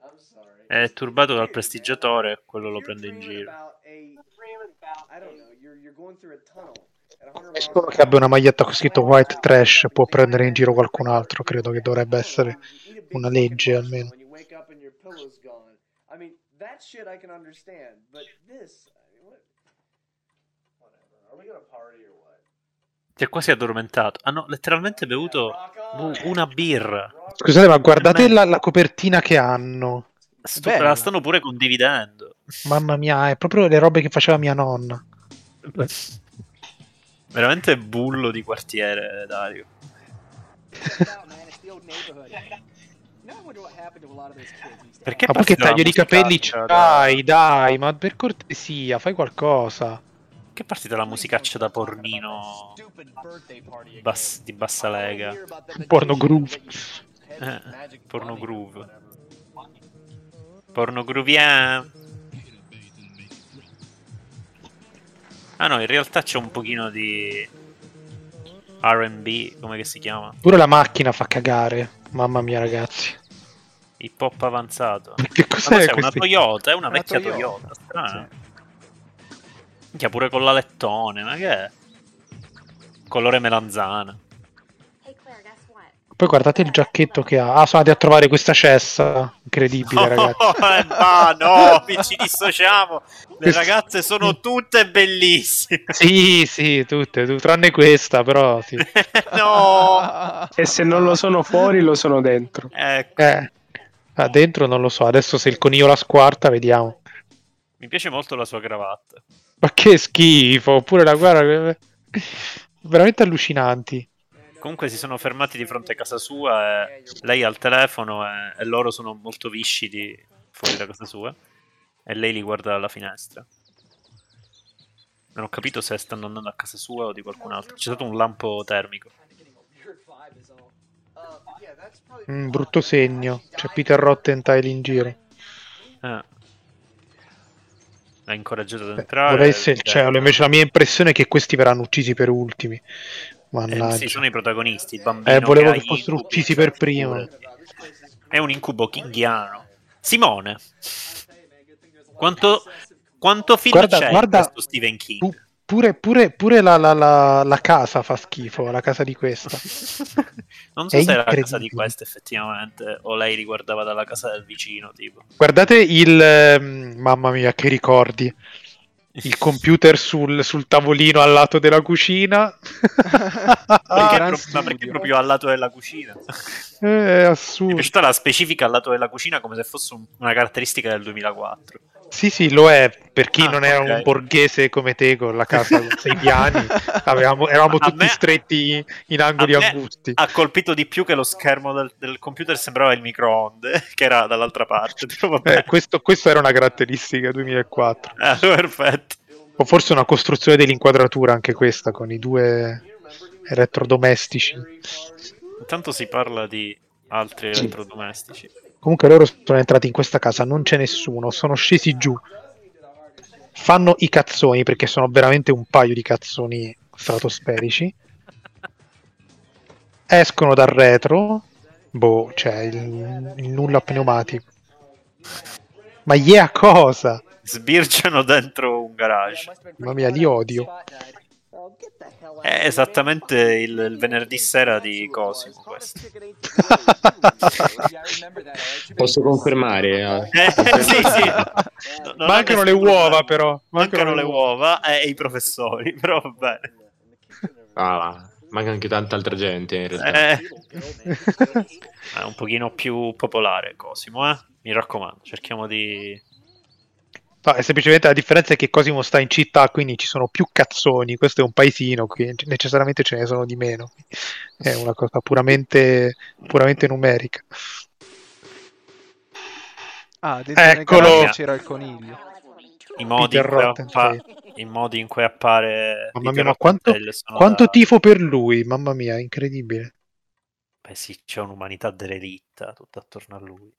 Speaker 5: I'm sorry.
Speaker 1: È turbato dal prestigiatore, quello lo prende in giro.
Speaker 2: Solo che abbia una maglietta con scritto White Trash può prendere in giro qualcun altro, credo che dovrebbe essere una legge, almeno.
Speaker 5: I mean, that shit I can understand, but this, I mean, what? Whatever. Are we gonna party or what?
Speaker 1: Si è quasi addormentato. Hanno letteralmente bevuto u- una birra.
Speaker 2: Scusate, ma guardate la, la copertina che hanno.
Speaker 1: Sto-
Speaker 3: Bella.
Speaker 1: la stanno pure condividendo.
Speaker 2: Mamma mia, è proprio le robe che faceva mia nonna.
Speaker 1: Veramente bullo di quartiere, Dario.
Speaker 3: [LAUGHS]
Speaker 1: Perché
Speaker 2: Ma poi
Speaker 1: passi
Speaker 2: che
Speaker 1: dalla
Speaker 2: taglio di
Speaker 1: musica
Speaker 2: capelli
Speaker 1: da-
Speaker 2: c'hai, dai, ma per cortesia, fai qualcosa.
Speaker 1: Che partita la musicaccia da pornino bas- di bassa lega?
Speaker 2: Porno groove.
Speaker 1: Eh, porno groove. Porno groovian. Ah no, in realtà c'è un pochino di R&B, come che si chiama?
Speaker 2: Pure la macchina fa cagare. Mamma mia, ragazzi. [LAUGHS]
Speaker 1: Hip hop avanzato. Ma
Speaker 2: Che cos'è
Speaker 1: cos'è una
Speaker 2: questo?
Speaker 1: Toyota? È una
Speaker 3: Una
Speaker 1: vecchia
Speaker 3: Toyota.
Speaker 1: Toyota, strano.
Speaker 3: Sì.
Speaker 1: Minchia, pure con l'alettone, ma che è? Colore melanzana.
Speaker 2: Poi guardate il giacchetto che ha. Ah, sono andati a trovare questa cessa.
Speaker 1: [LAUGHS]
Speaker 2: Incredibile, ragazzi.
Speaker 1: eh, ma no, vi ci dissociamo. Le ragazze sono tutte bellissime. [LAUGHS]
Speaker 2: Sì, sì, tutte, tu- tranne questa, però sì.
Speaker 1: no,
Speaker 4: E se non lo sono fuori, lo sono dentro.
Speaker 1: ecco.
Speaker 2: Eh. Ah, dentro non lo so, adesso se il coniglio la squarta, vediamo.
Speaker 1: Mi piace molto la sua cravatta.
Speaker 2: Ma che schifo, oppure la guerra... Veramente allucinanti.
Speaker 1: Comunque si sono fermati di fronte a casa sua, e lei al telefono e, e loro sono molto viscidi fuori da casa sua e lei li guarda dalla finestra. Non ho capito se stanno andando a casa sua o di qualcun altro. C'è stato un lampo termico.
Speaker 2: Mm, brutto segno. C'è Peter Rottentile in giro.
Speaker 1: Eh. L'ha incoraggiato ad
Speaker 2: Beh,
Speaker 1: entrare.
Speaker 2: vorrei se-
Speaker 1: eh,
Speaker 2: cioè, invece la mia impressione è che questi verranno uccisi per ultimi.
Speaker 1: Eh,
Speaker 2: Mannaggia.
Speaker 1: sì, sono i protagonisti, il bambino.
Speaker 2: Eh, volevo
Speaker 1: ha
Speaker 2: che
Speaker 1: gli
Speaker 2: fossero
Speaker 1: incubi,
Speaker 2: uccisi per prima.
Speaker 1: È un incubo kinghiano. Simone, quanto, quanto film
Speaker 2: Guarda,
Speaker 1: c'è
Speaker 2: guarda-
Speaker 1: in questo Stephen King?
Speaker 2: Pu- Pure, pure, pure la, la- la- la casa fa schifo, la casa di questa.
Speaker 1: [LAUGHS] non so
Speaker 2: È
Speaker 1: se era la casa
Speaker 2: incredibile.
Speaker 1: di questa effettivamente, o lei li guardava dalla casa del vicino, tipo.
Speaker 2: Guardate il... ehm, Mamma mia, che ricordi. il computer sul, sul tavolino al lato della cucina. Ah,
Speaker 1: Perché
Speaker 3: gran
Speaker 1: pro- ma perché
Speaker 3: Ah, studio.
Speaker 1: proprio al lato della cucina? [LAUGHS]
Speaker 2: Eh, è
Speaker 1: Mi è
Speaker 2: assurdo.
Speaker 1: piaciuta la specifica al lato della cucina come se fosse un- una caratteristica del 2004.
Speaker 2: Sì, sì, lo è. Per chi
Speaker 1: Ah,
Speaker 2: non era
Speaker 1: ok.
Speaker 2: un borghese come te con la casa con sei piani, avevamo- eravamo
Speaker 1: A
Speaker 2: tutti
Speaker 1: me-
Speaker 2: stretti in angoli
Speaker 1: a me-
Speaker 2: angusti.
Speaker 1: Ha colpito di più che lo schermo del, del computer sembrava il microonde, [LAUGHS] che era dall'altra parte. [LAUGHS] Però vabbè.
Speaker 2: Eh, questo, questa era una caratteristica 2004.
Speaker 1: Ah, perfetto.
Speaker 2: O forse una costruzione dell'inquadratura anche questa, con i due elettrodomestici.
Speaker 1: Intanto si parla di altri elettrodomestici.
Speaker 2: Comunque loro sono entrati in questa casa, non c'è nessuno, sono scesi giù. Fanno i cazzoni perché sono veramente un paio di cazzoni stratosferici. Escono dal retro. Boh, c'è il, il nulla a pneumati. Ma yeah cosa?
Speaker 1: Sbirciano dentro un garage.
Speaker 2: Mamma mia, li odio.
Speaker 1: È esattamente il, il venerdì sera di Cosimo
Speaker 2: [LAUGHS]
Speaker 1: questo.
Speaker 6: Posso confermare? eh?
Speaker 1: Eh, [LAUGHS] sì, sì. No, no,
Speaker 2: Mancano
Speaker 1: no,
Speaker 2: le
Speaker 1: nessun
Speaker 2: uova
Speaker 1: problema.
Speaker 2: però.
Speaker 1: Mancano le uova e e i professori, [LAUGHS] però va bene.
Speaker 6: Ah, manca anche tanta altra gente in realtà.
Speaker 1: Eh, è un pochino più popolare Cosimo, eh? Mi raccomando, cerchiamo di...
Speaker 2: No, è semplicemente la differenza è che Cosimo sta in città, quindi ci sono più cazzoni. Questo è un paesino, qui necessariamente ce ne sono di meno. È una cosa puramente, puramente numerica.
Speaker 3: Ah, dentro nel
Speaker 2: Eccolo!
Speaker 3: garage c'era il coniglio.
Speaker 1: I modi, in
Speaker 2: Peter
Speaker 1: cui,
Speaker 2: Rottenfeld.
Speaker 1: appa- i modi in cui appare...
Speaker 2: Mamma mia,
Speaker 1: Peter
Speaker 2: ma quanto,
Speaker 1: Rottenfeld sono
Speaker 2: quanto
Speaker 1: da-
Speaker 2: tifo per lui! Mamma mia, incredibile.
Speaker 1: Beh sì, c'è un'umanità derelitta tutta attorno a lui.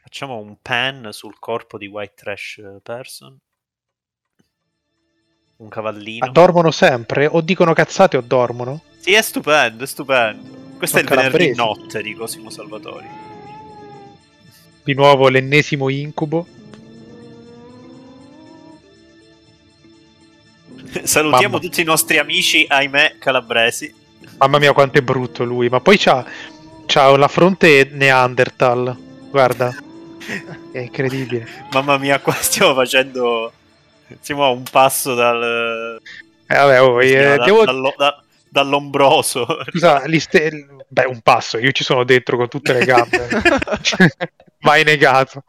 Speaker 1: Facciamo un pan sul corpo di White Trash eh, Person. Un cavallino.
Speaker 2: Ma dormono sempre? O dicono cazzate o dormono?
Speaker 1: Sì, è stupendo, è stupendo. Questo è
Speaker 2: Sono
Speaker 1: il venerdì
Speaker 2: calabresi.
Speaker 1: notte di Cosimo Salvatori. [LAUGHS]
Speaker 2: Di nuovo l'ennesimo incubo.
Speaker 1: Salutiamo
Speaker 2: Mamma.
Speaker 1: tutti i nostri amici, ahimè, calabresi.
Speaker 2: Mamma mia, quanto è brutto lui. Ma poi c'ha, c'ha la fronte Neanderthal. Guarda, è incredibile.
Speaker 1: Mamma mia, qua stiamo facendo... Siamo a un passo dal...
Speaker 2: Eh, vabbè, oh, eh,
Speaker 1: da-
Speaker 2: devo-
Speaker 1: dallo- da- dall'ombroso.
Speaker 2: Scusa, gli ste- beh, un passo, io ci sono dentro con tutte
Speaker 1: [LAUGHS]
Speaker 2: le gambe.
Speaker 3: [LAUGHS]
Speaker 2: Mai negato.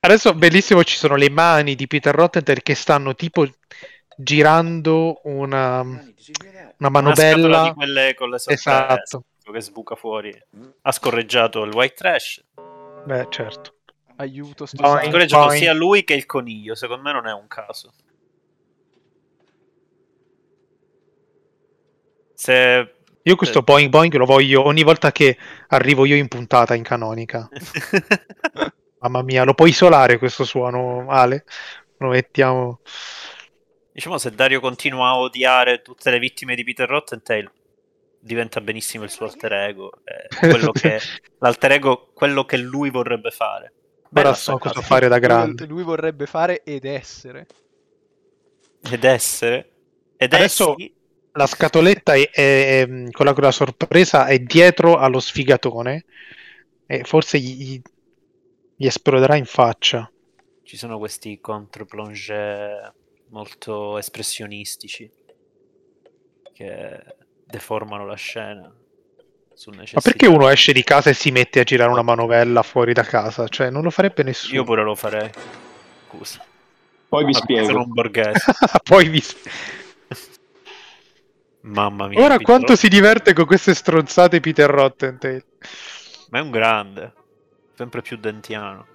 Speaker 2: Adesso bellissimo, ci sono le mani di Peter Rottenberg che stanno tipo girando una, una
Speaker 1: Una scatola di
Speaker 2: manobella.
Speaker 1: quelle con le sorprese.
Speaker 2: Esatto,
Speaker 1: che sbuca fuori. Ha scorreggiato il white trash.
Speaker 2: beh, certo.
Speaker 3: Aiuto, sto
Speaker 2: Boing.
Speaker 1: Ha
Speaker 2: Poi-
Speaker 3: usando.
Speaker 1: scorreggiato
Speaker 2: poi-
Speaker 1: sia lui che il coniglio. Secondo me non è un caso. Se...
Speaker 2: Io questo boing boing lo voglio ogni volta che arrivo io in puntata in canonica. Mamma mia, lo puoi isolare questo suono, Ale? Lo mettiamo.
Speaker 1: [LAUGHS] diciamo, se Dario continua a odiare tutte le vittime di Peter Rottentail, diventa benissimo il suo alter ego. È quello
Speaker 2: [LAUGHS]
Speaker 1: che, l'alter ego, quello che lui vorrebbe fare. Bella
Speaker 2: Ora
Speaker 1: sta
Speaker 2: so cosa
Speaker 1: cosa.
Speaker 2: fare da
Speaker 3: Lui-
Speaker 2: grande.
Speaker 3: Lui, vorrebbe fare ed essere.
Speaker 1: Ed essere... Ed
Speaker 2: Adesso-
Speaker 1: essi-
Speaker 2: La scatoletta è, è- è, mh, quella con la sorpresa è dietro allo sfigatone e forse gli, gli- gli esploderà in faccia.
Speaker 1: ci sono questi controplonge molto espressionistici che deformano la scena. Su
Speaker 2: Ma perché uno esce di casa e si mette a girare una manovella fuori da casa? Cioè, non lo farebbe nessuno.
Speaker 1: Io pure lo farei. Scusa.
Speaker 6: Poi vi
Speaker 1: Ma perché Sono
Speaker 6: spiego.
Speaker 1: un borghese.
Speaker 2: [LAUGHS] [LAUGHS] Poi vi...
Speaker 1: Mamma mia.
Speaker 2: Ora
Speaker 1: Peter
Speaker 2: quanto
Speaker 1: Roth-
Speaker 2: si diverte con queste stronzate Peter Rottentail.
Speaker 1: Ma è un grande. Sempre più dentiano.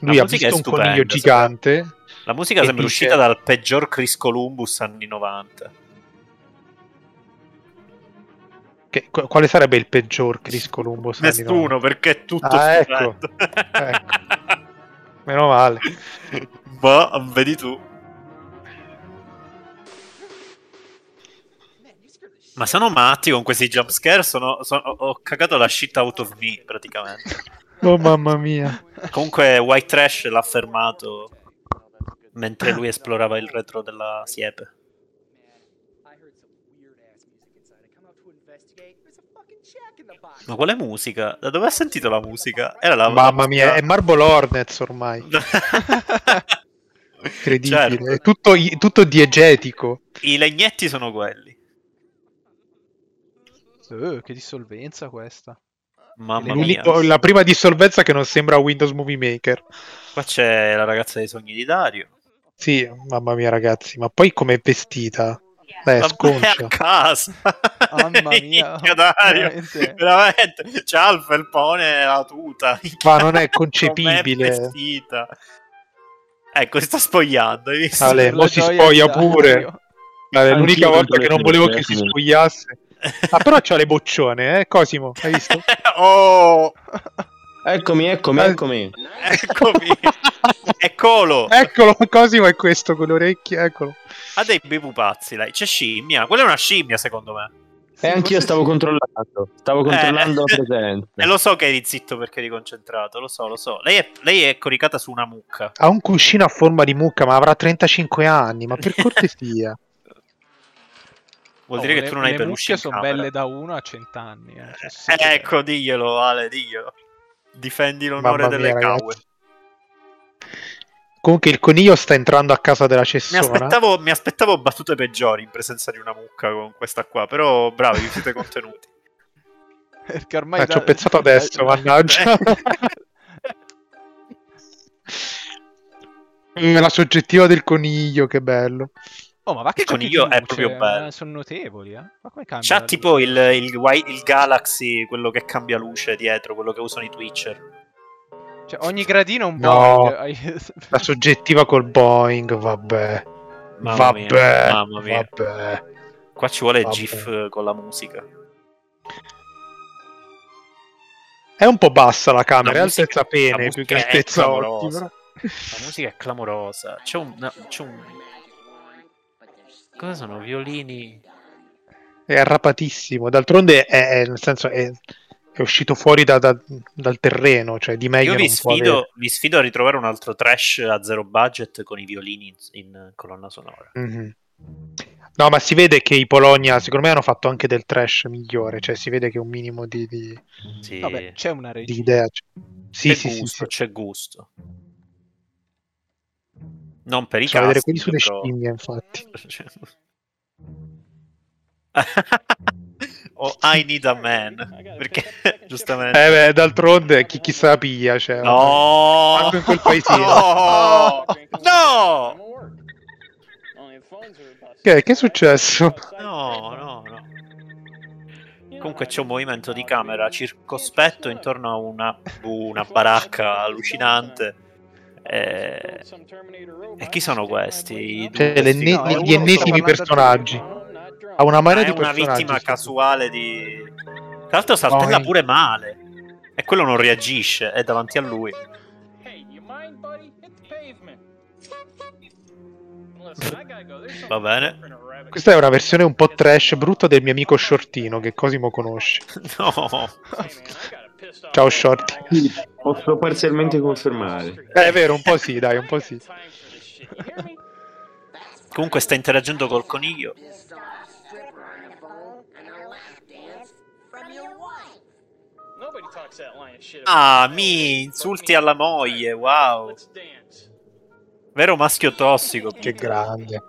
Speaker 2: Lui
Speaker 1: La musica
Speaker 2: ha
Speaker 1: è
Speaker 2: visto un
Speaker 1: stupenda,
Speaker 2: coniglio
Speaker 1: sembra-
Speaker 2: gigante.
Speaker 1: La musica
Speaker 2: E
Speaker 1: sembra
Speaker 2: dice-
Speaker 1: uscita dal peggior Chris Columbus anni 90.
Speaker 2: Che- qu- quale sarebbe il peggior Chris Columbus? anni
Speaker 1: Nessuno, perché è tutto
Speaker 2: Ah, ecco.
Speaker 1: stupendo. [LAUGHS]
Speaker 2: Ecco. 90? Meno male.
Speaker 1: [LAUGHS] Ma vedi tu. Ma sono matti con questi jumpscare, sono, sono- ho cagato la shit out of me
Speaker 2: [LAUGHS]
Speaker 1: praticamente.
Speaker 2: Oh mamma mia.
Speaker 1: Comunque White Trash l'ha fermato mentre lui esplorava il retro della siepe.
Speaker 5: I heard some weird ass music inside. I come out to investigate. There's a fucking shack in
Speaker 1: Ma quale musica? Da dove ha sentito la musica? Era la
Speaker 2: Mamma mia, è Marble
Speaker 1: [LAUGHS]
Speaker 2: Hornets ormai. Incredibile.
Speaker 1: Certo.
Speaker 2: È tutto, tutto diegetico.
Speaker 1: I legnetti sono quelli.
Speaker 3: Eh, che dissolvenza
Speaker 1: [LAUGHS]
Speaker 3: questa.
Speaker 1: Mamma mia.
Speaker 2: L'unico- la prima dissolvenza che non sembra Windows Movie Maker.
Speaker 1: Qua c'è la ragazza dei sogni di Dario.
Speaker 2: Sì, mamma mia, ragazzi. Ma poi com'è vestita?
Speaker 1: Vabbè,
Speaker 2: Dai, è
Speaker 1: a [LAUGHS]
Speaker 2: sconcia.
Speaker 1: casa.
Speaker 3: Mamma mia.
Speaker 1: [LAUGHS]
Speaker 3: Eh,
Speaker 1: Minchia, Dario. [LAUGHS]
Speaker 3: veramente.
Speaker 1: Veramente. C'ha il felpone e la tuta. [LAUGHS]
Speaker 2: Ma non
Speaker 1: Com'è
Speaker 2: è concepibile.
Speaker 1: vestita. Ecco, si sta spogliando, hai visto?
Speaker 2: Ale,
Speaker 3: La
Speaker 2: mo si
Speaker 3: gioia di
Speaker 2: spoglia
Speaker 3: Dario.
Speaker 2: pure. Guarda, è l'unica
Speaker 6: Anch'io
Speaker 2: volta
Speaker 6: non
Speaker 2: che non
Speaker 6: volevo
Speaker 2: volevo che si
Speaker 6: dire.
Speaker 2: spogliasse. Ah, però c'ha le boccione, eh, Cosimo, hai visto?
Speaker 1: [LAUGHS] oh,
Speaker 6: Eccomi, eccomi,
Speaker 2: Eh.
Speaker 6: eccomi.
Speaker 1: eccomi.
Speaker 2: [LAUGHS]
Speaker 1: Eccolo.
Speaker 2: Eccolo, Cosimo è questo con le orecchie, eccolo.
Speaker 1: Ha dei bei pupazzi, lei. C'è scimmia. Quella è una scimmia, secondo me.
Speaker 6: E anch'io stavo controllando. Stavo controllando la presenza.
Speaker 1: Eh. [LAUGHS] E lo so che eri zitto perché eri concentrato, lo so, lo so. Lei è, lei è coricata su una mucca.
Speaker 2: Ha un cuscino a forma di mucca, ma avrà 35 anni, ma per cortesia.
Speaker 1: Vuol
Speaker 3: Oh,
Speaker 1: dire
Speaker 3: le-
Speaker 1: che tu non hai
Speaker 3: le
Speaker 1: peluche
Speaker 3: mucchie
Speaker 1: in
Speaker 3: sono
Speaker 1: camera.
Speaker 3: belle da 1 a 100 anni. eh, cioè, sì,
Speaker 1: Eh,
Speaker 3: che-
Speaker 1: ecco, diglielo, Ale, diglielo. Difendi l'onore
Speaker 2: Mamma mia,
Speaker 1: delle
Speaker 2: ragazzi.
Speaker 1: cow.
Speaker 2: Comunque il coniglio sta entrando a casa della
Speaker 1: Mi
Speaker 2: cessona.
Speaker 1: aspettavo, mi aspettavo battute peggiori in presenza di una mucca con questa qua, però bravi, vi siete [LAUGHS] contenuti.
Speaker 3: Perché ormai...
Speaker 2: Ma Eh, ci ho pensato
Speaker 1: [LAUGHS] Eh.
Speaker 2: adesso, mannaggia. Mm, La soggettiva del coniglio, che bello.
Speaker 3: Oh, ma va che
Speaker 1: Il
Speaker 3: giochi di
Speaker 1: coniglio è
Speaker 3: luce,
Speaker 1: proprio bello.
Speaker 3: eh, Sono notevoli, eh. Ma come cambia
Speaker 1: C'ha
Speaker 3: la
Speaker 1: tipo
Speaker 3: luce?
Speaker 1: il, il wi- il Galaxy, quello che cambia luce dietro, quello che usano i Twitcher.
Speaker 3: Cioè, ogni gradino è un
Speaker 2: No.
Speaker 3: [LAUGHS] po'.
Speaker 2: La soggettiva col Boeing, vabbè.
Speaker 1: Mamma mia,
Speaker 2: vabbè,
Speaker 1: mamma mia.
Speaker 2: vabbè.
Speaker 1: Qua ci vuole
Speaker 2: Vabbè.
Speaker 1: GIF eh, con la musica.
Speaker 2: È un po' bassa la camera,
Speaker 1: La
Speaker 2: è
Speaker 1: musica-
Speaker 2: altezza
Speaker 1: la
Speaker 2: pene,
Speaker 1: musica
Speaker 2: più che
Speaker 1: è
Speaker 2: altezza occhi.
Speaker 1: clamorosa.
Speaker 2: però.
Speaker 1: La musica è clamorosa. C'è un. no, c'è un... Cosa sono? Violini.
Speaker 2: È arrapatissimo. D'altronde, è, è- nel senso, è, è uscito fuori da- da- dal terreno, cioè di
Speaker 1: Eh,
Speaker 2: meglio
Speaker 1: Io vi
Speaker 2: non può avere.
Speaker 1: sfido, vi sfido a ritrovare un altro trash a zero budget con i violini in, in colonna sonora.
Speaker 2: Mhm. No, ma si vede che i Polonia, secondo me, hanno fatto anche del trash migliore, cioè si vede che un minimo di, di-
Speaker 1: Sì.
Speaker 3: Vabbè, c'è una
Speaker 2: di
Speaker 3: regia.
Speaker 2: idea. c'è. Sì,
Speaker 1: c'è
Speaker 2: sì, sì,
Speaker 1: gusto,
Speaker 2: sì.
Speaker 1: c'è gusto. Non per i
Speaker 2: Facciamo Cioè, vedere quelli
Speaker 1: casi,
Speaker 2: sulle
Speaker 1: però...
Speaker 2: scimmie, infatti.
Speaker 1: [LAUGHS] o Oh, I need a man, perché [LAUGHS] giustamente...
Speaker 2: Eh, beh, d'altronde, chi chissà piglia,
Speaker 1: [LAUGHS]
Speaker 2: cioè,
Speaker 1: No!
Speaker 2: Manco in quel paesino.
Speaker 1: No! No!
Speaker 2: Che- che è successo?
Speaker 1: No, no, no. Comunque c'è un movimento di camera circospetto intorno a una, una baracca allucinante. Eh, e chi sono questi?
Speaker 2: Cioè,
Speaker 1: Due,
Speaker 2: le-
Speaker 1: sì,
Speaker 2: gli
Speaker 1: no,
Speaker 2: gli
Speaker 1: uno
Speaker 2: ennesimi
Speaker 1: sono-
Speaker 2: personaggi. Ha una
Speaker 1: Ma
Speaker 2: marea
Speaker 1: è
Speaker 2: di
Speaker 1: una
Speaker 2: personaggi.
Speaker 1: vittima
Speaker 2: sto qui.
Speaker 1: casuale di... Tra l'altro saltella
Speaker 2: Poi-
Speaker 1: pure male. E quello non reagisce, è davanti a lui. Va bene.
Speaker 2: Questa è una versione un po' trash brutta del mio amico Shortino, che Cosimo conosce.
Speaker 1: [LAUGHS] No.
Speaker 2: Ciao Shorty.
Speaker 6: Sì, posso parzialmente confermare.
Speaker 2: Eh, è vero, un po' sì, dai, un po' sì.
Speaker 1: Comunque sta interagendo col coniglio. Ah, mi insulti alla moglie, wow. Vero maschio tossico.
Speaker 2: Che grande.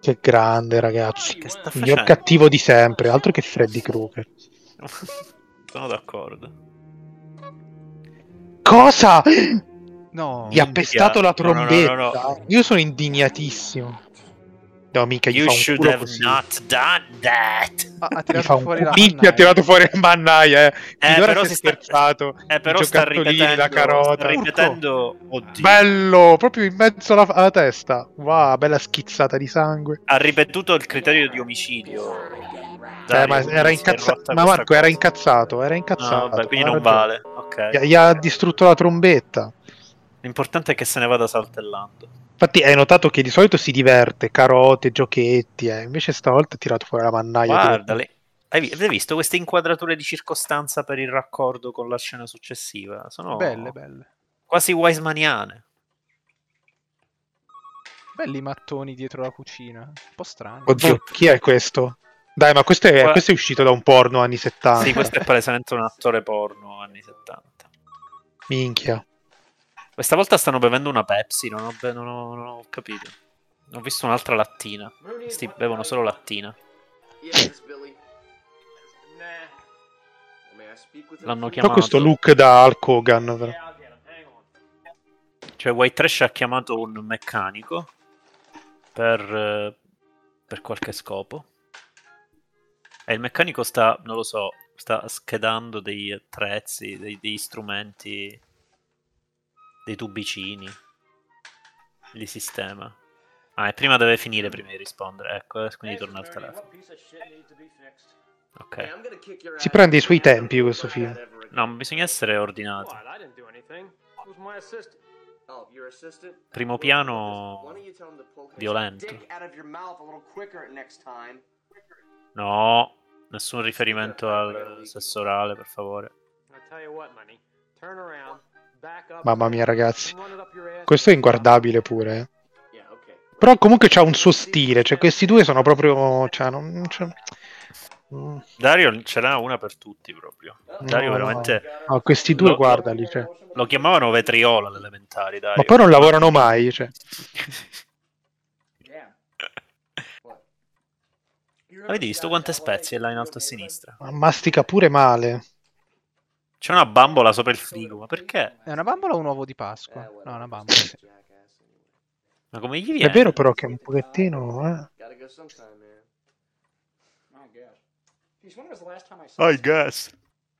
Speaker 2: Che grande, ragazzi.
Speaker 1: Che sta
Speaker 2: Il mio
Speaker 1: facendo?
Speaker 2: cattivo di sempre, altro che Freddy Krueger.
Speaker 1: [LAUGHS] Sono d'accordo.
Speaker 2: Cosa?
Speaker 3: No.
Speaker 2: Gli ha pestato la
Speaker 1: No, no, no,
Speaker 2: trombetta.
Speaker 1: no, no.
Speaker 2: Io sono indignatissimo. No, mica gli
Speaker 1: You
Speaker 2: fa un
Speaker 1: should
Speaker 2: culo
Speaker 1: have
Speaker 2: così.
Speaker 1: not done that.
Speaker 3: Ah, ha
Speaker 2: Gli
Speaker 3: tirato
Speaker 2: fa un
Speaker 3: fuori la
Speaker 2: minchia, ha
Speaker 3: mannaia.
Speaker 2: tirato fuori il mannaia. Eh.
Speaker 1: Eh,
Speaker 2: Finora
Speaker 1: però
Speaker 2: si è
Speaker 1: si sta-
Speaker 2: scherzato.
Speaker 1: Eh,
Speaker 2: I
Speaker 1: però sta
Speaker 2: giocattolini, la
Speaker 1: ripetendo.
Speaker 2: carota.
Speaker 1: Sta ripetendo. Oddio.
Speaker 2: Bello, proprio in mezzo alla, alla testa. Wow, bella schizzata di sangue.
Speaker 1: Ha ripetuto il criterio di omicidio.
Speaker 2: Cioè,
Speaker 1: Dario,
Speaker 2: ma
Speaker 1: quindi
Speaker 2: era
Speaker 1: si è
Speaker 2: incazzato.
Speaker 1: rotta
Speaker 2: Ma
Speaker 1: questa
Speaker 2: Marco era
Speaker 1: cosa.
Speaker 2: incazzato, era
Speaker 1: Ah,
Speaker 2: incazzato.
Speaker 1: vabbè, quindi
Speaker 2: ha
Speaker 1: non
Speaker 2: ragione.
Speaker 1: vale. Ok.
Speaker 2: Gli, gli ha distrutto la trombetta.
Speaker 1: L'importante è che se ne vada saltellando.
Speaker 2: Infatti, hai notato che di solito si diverte, carote, giochetti. eh. Invece stavolta ha tirato fuori la mannaia.
Speaker 1: Guarda, le- hai, vi- avete visto queste inquadrature di circostanza per il raccordo con la scena successiva? Sono
Speaker 3: Belle, belle.
Speaker 1: quasi Wisemaniane.
Speaker 3: Belli i mattoni dietro la cucina. Un po' strano.
Speaker 2: Oddio, chi è questo? Dai, ma questo è,
Speaker 1: Boh. Qua-
Speaker 2: questo è uscito da un porno anni 70.
Speaker 1: Sì, questo è palesemente un attore porno anni 70.
Speaker 2: Minchia.
Speaker 1: Questa volta stanno bevendo una Pepsi, non ho, be- non ho- non ho capito. Ho visto un'altra lattina. Questi bevono solo lattina. L'hanno
Speaker 2: Però
Speaker 1: chiamato.
Speaker 2: questo look da Hulk Hogan. però.
Speaker 1: Cioè, White Trash ha chiamato un meccanico per, eh, per qualche scopo. E il meccanico sta, non lo so, sta schedando degli attrezzi, dei- degli strumenti, dei tubicini. Li sistema. Ah, e prima deve finire prima di rispondere, ecco, eh, quindi torna al telefono. Ok.
Speaker 2: Si prende i suoi tempi questo film.
Speaker 1: No, bisogna essere ordinati. Primo piano violento. No, nessun riferimento al sesso orale, per favore.
Speaker 2: Mamma mia, ragazzi. Questo è inguardabile pure. eh. Però comunque c'ha un suo stile. Cioè, questi due sono proprio. Cioè, non, non c'è- Mm.
Speaker 1: Dario ce n'ha una per tutti proprio. Dario
Speaker 2: No,
Speaker 1: veramente...
Speaker 2: no, questi due,
Speaker 1: Lo-
Speaker 2: guardali. cioè.
Speaker 1: Lo chiamavano vetriola alle elementari, Dario.
Speaker 2: Ma poi non lavorano mai. Cioè.
Speaker 1: Avete visto quante spezie là in alto a sinistra?
Speaker 2: Ma Mastica pure male.
Speaker 1: C'è una bambola sopra il frigo, ma perché?
Speaker 3: È una bambola o un uovo di Pasqua?
Speaker 5: Eh,
Speaker 3: No, una bambola. sì.
Speaker 1: Ma come gli viene?
Speaker 2: È vero, però, che un pochettino. eh.
Speaker 1: I guess.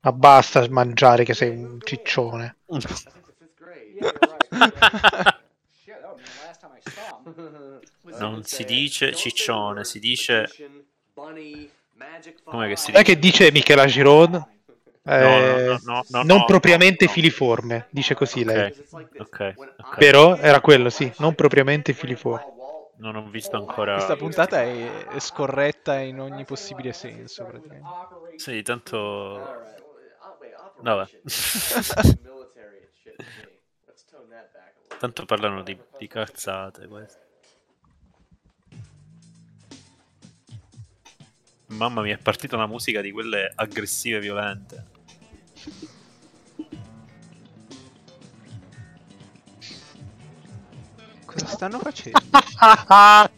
Speaker 2: Ma basta mangiare che sei un ciccione.
Speaker 1: Non si dice ciccione, si dice- Com'è che si
Speaker 2: Sai che
Speaker 1: dice?
Speaker 2: dice Michela Giron?
Speaker 1: No, no, no, no, no,
Speaker 2: Eh, non
Speaker 1: no,
Speaker 2: propriamente
Speaker 1: no.
Speaker 2: filiforme, dice così lei.
Speaker 1: Ok, ok.
Speaker 2: Però era quello, sì, non propriamente filiforme.
Speaker 1: Non ho visto ancora...
Speaker 3: Questa puntata è, è scorretta in ogni possibile senso, praticamente.
Speaker 1: Sì, tanto... Vabbè. [LAUGHS] Tanto parlano di, di cazzate queste. Mamma mia, è partita una musica di quelle aggressive e violente.
Speaker 3: Cosa stanno facendo?
Speaker 1: Ma che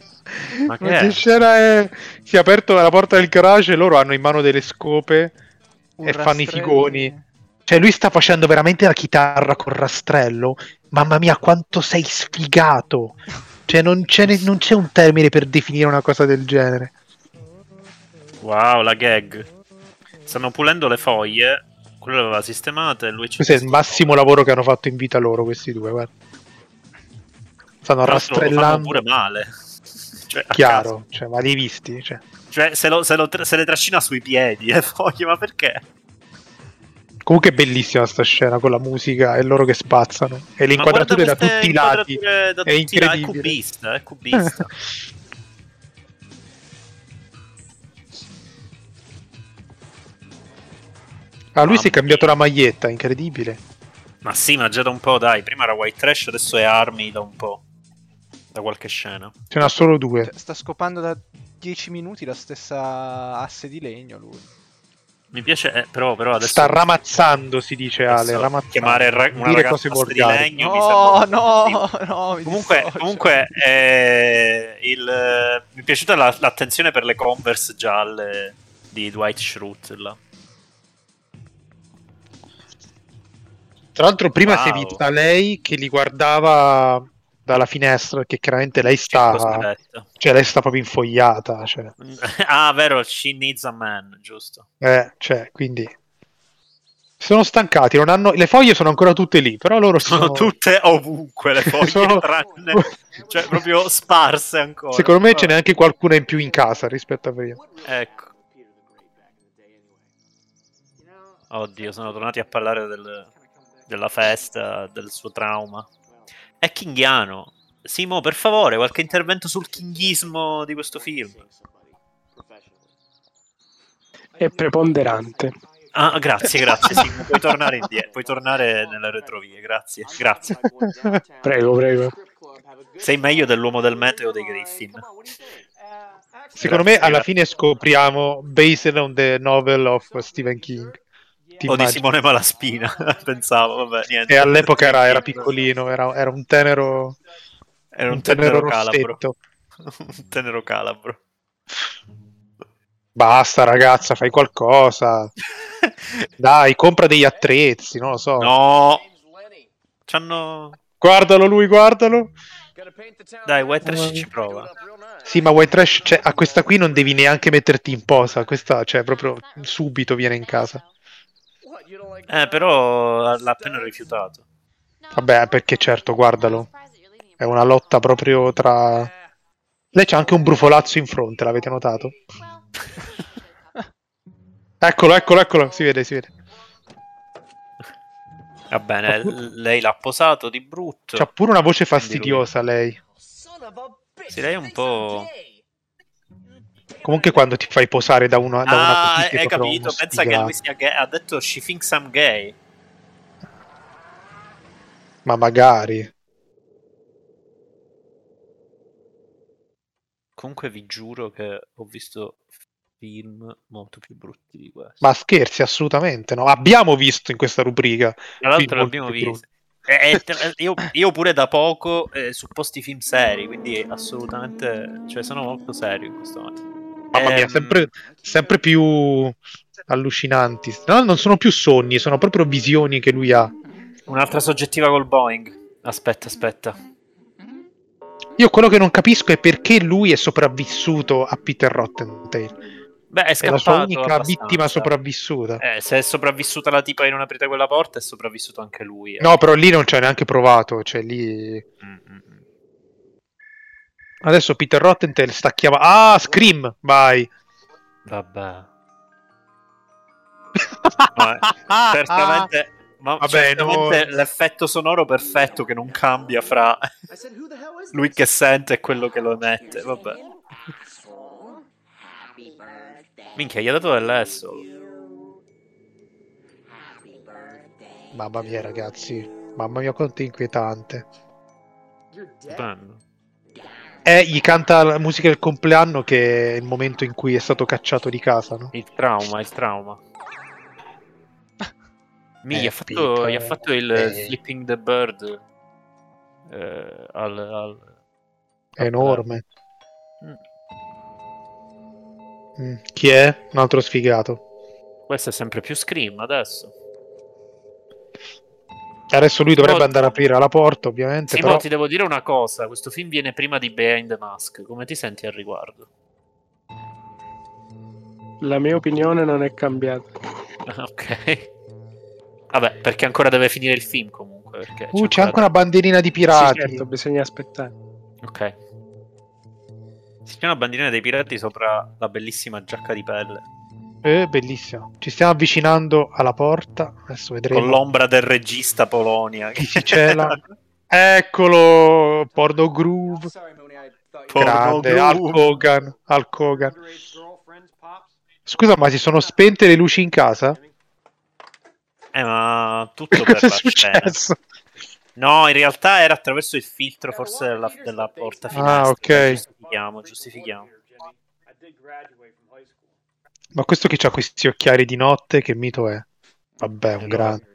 Speaker 2: [LAUGHS] Ma
Speaker 1: è?
Speaker 2: che scena è? Si è aperto la porta del garage e loro hanno in mano delle scope. E fanno i
Speaker 3: rastrello-
Speaker 2: figoni. Cioè, lui sta facendo veramente la chitarra col rastrello. Mamma mia, quanto sei sfigato! Cioè, non c'è, ne- non c'è un termine per definire una cosa del genere.
Speaker 1: Wow, la gag. Stanno pulendo le foglie. Quello le aveva sistemate e lui ci
Speaker 2: Questo è il massimo lavoro che hanno fatto in vita loro, questi due, guarda. Stanno
Speaker 1: Tra l'altro lo fanno
Speaker 2: rastrellando.
Speaker 1: pure male. [LAUGHS] Cioè, a
Speaker 2: Chiaro, cioè, ma li hai visti? Cioè,
Speaker 1: caso. Cioè, se, lo- se lo tra- se le trascina sui piedi [LAUGHS] le foglie, ma perché?
Speaker 2: Comunque è bellissima sta scena con la musica e loro che spazzano. E le
Speaker 1: Ma
Speaker 2: inquadrature da
Speaker 1: guarda queste
Speaker 2: tutti i lati.
Speaker 1: inquadrature da tutti i lati.
Speaker 2: È
Speaker 1: È
Speaker 2: incredibile.
Speaker 1: cubista, è
Speaker 2: [LAUGHS]
Speaker 1: cubista.
Speaker 2: Ah, lui
Speaker 1: Mamma
Speaker 2: si è cambiato la maglietta, incredibile.
Speaker 1: Ma sì, ma già da un po', dai. Prima era White Trash, adesso è Army da un po'. Da qualche scena.
Speaker 2: Ce n'ha solo due.
Speaker 3: Cioè, Sta scopando da 10 minuti la stessa asse di legno lui.
Speaker 1: Mi piace, eh, però, però adesso...
Speaker 2: Sta ramazzando, si dice Ale.
Speaker 1: adesso
Speaker 2: Ramazzando.
Speaker 1: Chiamare ra- una
Speaker 2: Dire
Speaker 1: ragazza
Speaker 2: cose
Speaker 1: di
Speaker 2: volgari.
Speaker 1: legno mi sembra
Speaker 3: No,
Speaker 1: un po'
Speaker 3: no, no. mi
Speaker 1: Comunque,
Speaker 3: dissocio.
Speaker 1: comunque eh, il, eh, mi è piaciuta la- l'attenzione per le converse gialle di Dwight Schrute. là.
Speaker 2: Tra l'altro, prima
Speaker 1: Wow.
Speaker 2: si è vista lei che li guardava dalla finestra, che chiaramente lei sta.
Speaker 1: Cosmoletta.
Speaker 2: Cioè, lei sta proprio infogliata. Cioè,
Speaker 1: [LAUGHS] ah, vero, She Needs a Man, giusto.
Speaker 2: eh, cioè quindi. Sono stancati, non hanno... le foglie sono ancora tutte lì, però loro si
Speaker 1: Sono
Speaker 2: sono...
Speaker 1: tutte ovunque
Speaker 2: [LAUGHS]
Speaker 1: le foglie,
Speaker 2: Sono-
Speaker 1: tranne,
Speaker 2: [LAUGHS]
Speaker 1: cioè proprio sparse ancora.
Speaker 2: Secondo me ce n'è
Speaker 1: Vabbè.
Speaker 2: anche qualcuna in più in casa rispetto a prima.
Speaker 1: Ecco. Oddio, sono tornati a parlare del- della festa, del suo trauma. È kinghiano. Simo, per favore, qualche intervento sul kinghismo di questo film.
Speaker 4: È preponderante.
Speaker 1: Ah, grazie, grazie. Simo. puoi tornare indietro, puoi tornare nelle retrovie. Grazie, grazie.
Speaker 4: [LAUGHS] Prego, prego.
Speaker 7: Uh,
Speaker 1: Sei meglio dell'uomo del meteo dei Griffin.
Speaker 2: Secondo me alla fine scopriamo Based on the Novel of Stephen King. Ti
Speaker 1: O di
Speaker 2: immagini?
Speaker 1: Simone Malaspina, [LAUGHS] pensavo, vabbè, niente.
Speaker 2: E all'epoca era, era piccolino, era, era un tenero,
Speaker 1: Era
Speaker 2: un tenero,
Speaker 1: calabro.
Speaker 2: rossetto.
Speaker 1: [LAUGHS] un tenero
Speaker 2: [LAUGHS]
Speaker 1: calabro.
Speaker 2: Basta ragazza, fai qualcosa. Dai, compra degli attrezzi, non lo so.
Speaker 1: no, c'hanno...
Speaker 2: Guardalo lui, guardalo.
Speaker 1: Dai, White Trash ci prova.
Speaker 2: Sì, ma White Trash, cioè, a questa qui non devi neanche metterti in posa. Questa, cioè, proprio subito viene in casa.
Speaker 1: Eh, però l'ha appena rifiutato.
Speaker 2: Vabbè, perché certo, guardalo. È una lotta proprio tra... Lei c'ha anche un brufolazzo in fronte, l'avete notato? Eccolo, eccolo, eccolo, si vede, si vede.
Speaker 1: Va bene, l- lei l'ha posato di brutto.
Speaker 2: C'ha pure una voce fastidiosa lei.
Speaker 1: Sì, lei è un po'...
Speaker 2: Comunque quando ti fai posare da una... Da una
Speaker 1: Ah,
Speaker 2: così, sei
Speaker 1: hai
Speaker 2: proprio
Speaker 1: capito?
Speaker 2: uno
Speaker 1: Pensa che
Speaker 2: sfigato.
Speaker 1: lui sia gay. Ha detto she thinks I'm gay.
Speaker 2: Ma magari...
Speaker 1: Comunque vi giuro che ho visto film molto più brutti di questo.
Speaker 2: Ma scherzi, assolutamente no. Abbiamo visto in questa rubrica.
Speaker 1: Tra l'altro
Speaker 2: film molto
Speaker 1: l'abbiamo
Speaker 2: più
Speaker 1: visto. Eh, eh, tra- io, io pure da poco eh, su posti film seri, quindi assolutamente... Cioè, sono molto serio in questo momento.
Speaker 2: Mamma mia,
Speaker 1: Ehm,
Speaker 2: sempre, sempre più allucinanti. No, non sono più sogni, sono proprio visioni che lui ha.
Speaker 1: Un'altra soggettiva col Boeing. Aspetta, aspetta.
Speaker 2: Io quello che non capisco è perché lui è sopravvissuto a Peter Rottentail.
Speaker 1: Beh, è
Speaker 2: È
Speaker 1: scappato
Speaker 2: la sua unica
Speaker 1: abbastanza.
Speaker 2: vittima sopravvissuta.
Speaker 1: Eh, se è sopravvissuta la tipa che non aprite quella porta, è sopravvissuto anche lui. eh.
Speaker 2: No, però lì non ci ha neanche provato. Cioè, lì.
Speaker 1: Mm, mm, mm.
Speaker 2: Adesso Peter Rottentail sta chiamando. Ah, Scream! Vai!
Speaker 1: Vabbè.
Speaker 2: [LAUGHS]
Speaker 1: Vabbè, Certamente, ma
Speaker 2: Vabbè,
Speaker 1: certamente
Speaker 2: no.
Speaker 1: l'effetto sonoro perfetto che non cambia fra lui che sente e quello che lo emette. Vabbè. Minchia, gli ha dato dell'esso.
Speaker 2: [LAUGHS] Mamma mia, ragazzi. Mamma mia, quanto è inquietante.
Speaker 1: Stupendo.
Speaker 2: Eh, gli canta la musica del compleanno che è il momento in cui è stato cacciato di casa, no?
Speaker 1: Il trauma, il trauma. Mi,
Speaker 2: Eh,
Speaker 1: gli, ha fatto,
Speaker 2: Peter,
Speaker 1: gli ha fatto il
Speaker 2: eh.
Speaker 1: Flipping the Bird eh, al- al-
Speaker 2: È enorme.
Speaker 1: Mm.
Speaker 2: Mm, Chi è? Un altro sfigato.
Speaker 1: Questo è sempre più Scream adesso.
Speaker 2: Adesso lui dovrebbe
Speaker 1: Timothy.
Speaker 2: andare a aprire la porta, ovviamente.
Speaker 1: Simo,
Speaker 2: però...
Speaker 1: ti devo dire una cosa. Questo film viene prima di Behind the Mask. Come ti senti al riguardo?
Speaker 4: La mia opinione non è cambiata.
Speaker 1: [LAUGHS] ok. Vabbè, perché ancora deve finire il film comunque. perché
Speaker 2: Uh, c'è anche una bandierina di
Speaker 4: Sì,
Speaker 2: pirati.
Speaker 4: certo, bisogna aspettare.
Speaker 1: Ok. C'è una bandierina dei pirati sopra la bellissima giacca di pelle.
Speaker 2: Eh, bellissimo. Ci stiamo avvicinando alla porta. Adesso vedremo.
Speaker 1: Con l'ombra del regista Polonia.
Speaker 2: Chi si
Speaker 1: [LAUGHS]
Speaker 2: cela? Eccolo, Porno Groove.
Speaker 1: Porno
Speaker 2: Grande,
Speaker 1: Groove.
Speaker 2: Al Hogan, Al Hogan. Scusa, ma si sono spente le luci in casa?
Speaker 1: eh, ma tutto per
Speaker 2: [LAUGHS] Cosa
Speaker 1: la
Speaker 2: è successo?
Speaker 1: scena. No, in realtà era attraverso il filtro forse della, della porta finestra.
Speaker 2: Ah, ok.
Speaker 1: Giustifichiamo, giustifichiamo.
Speaker 2: Ma questo che ha questi occhiali di notte, che mito è? Vabbè, un grande.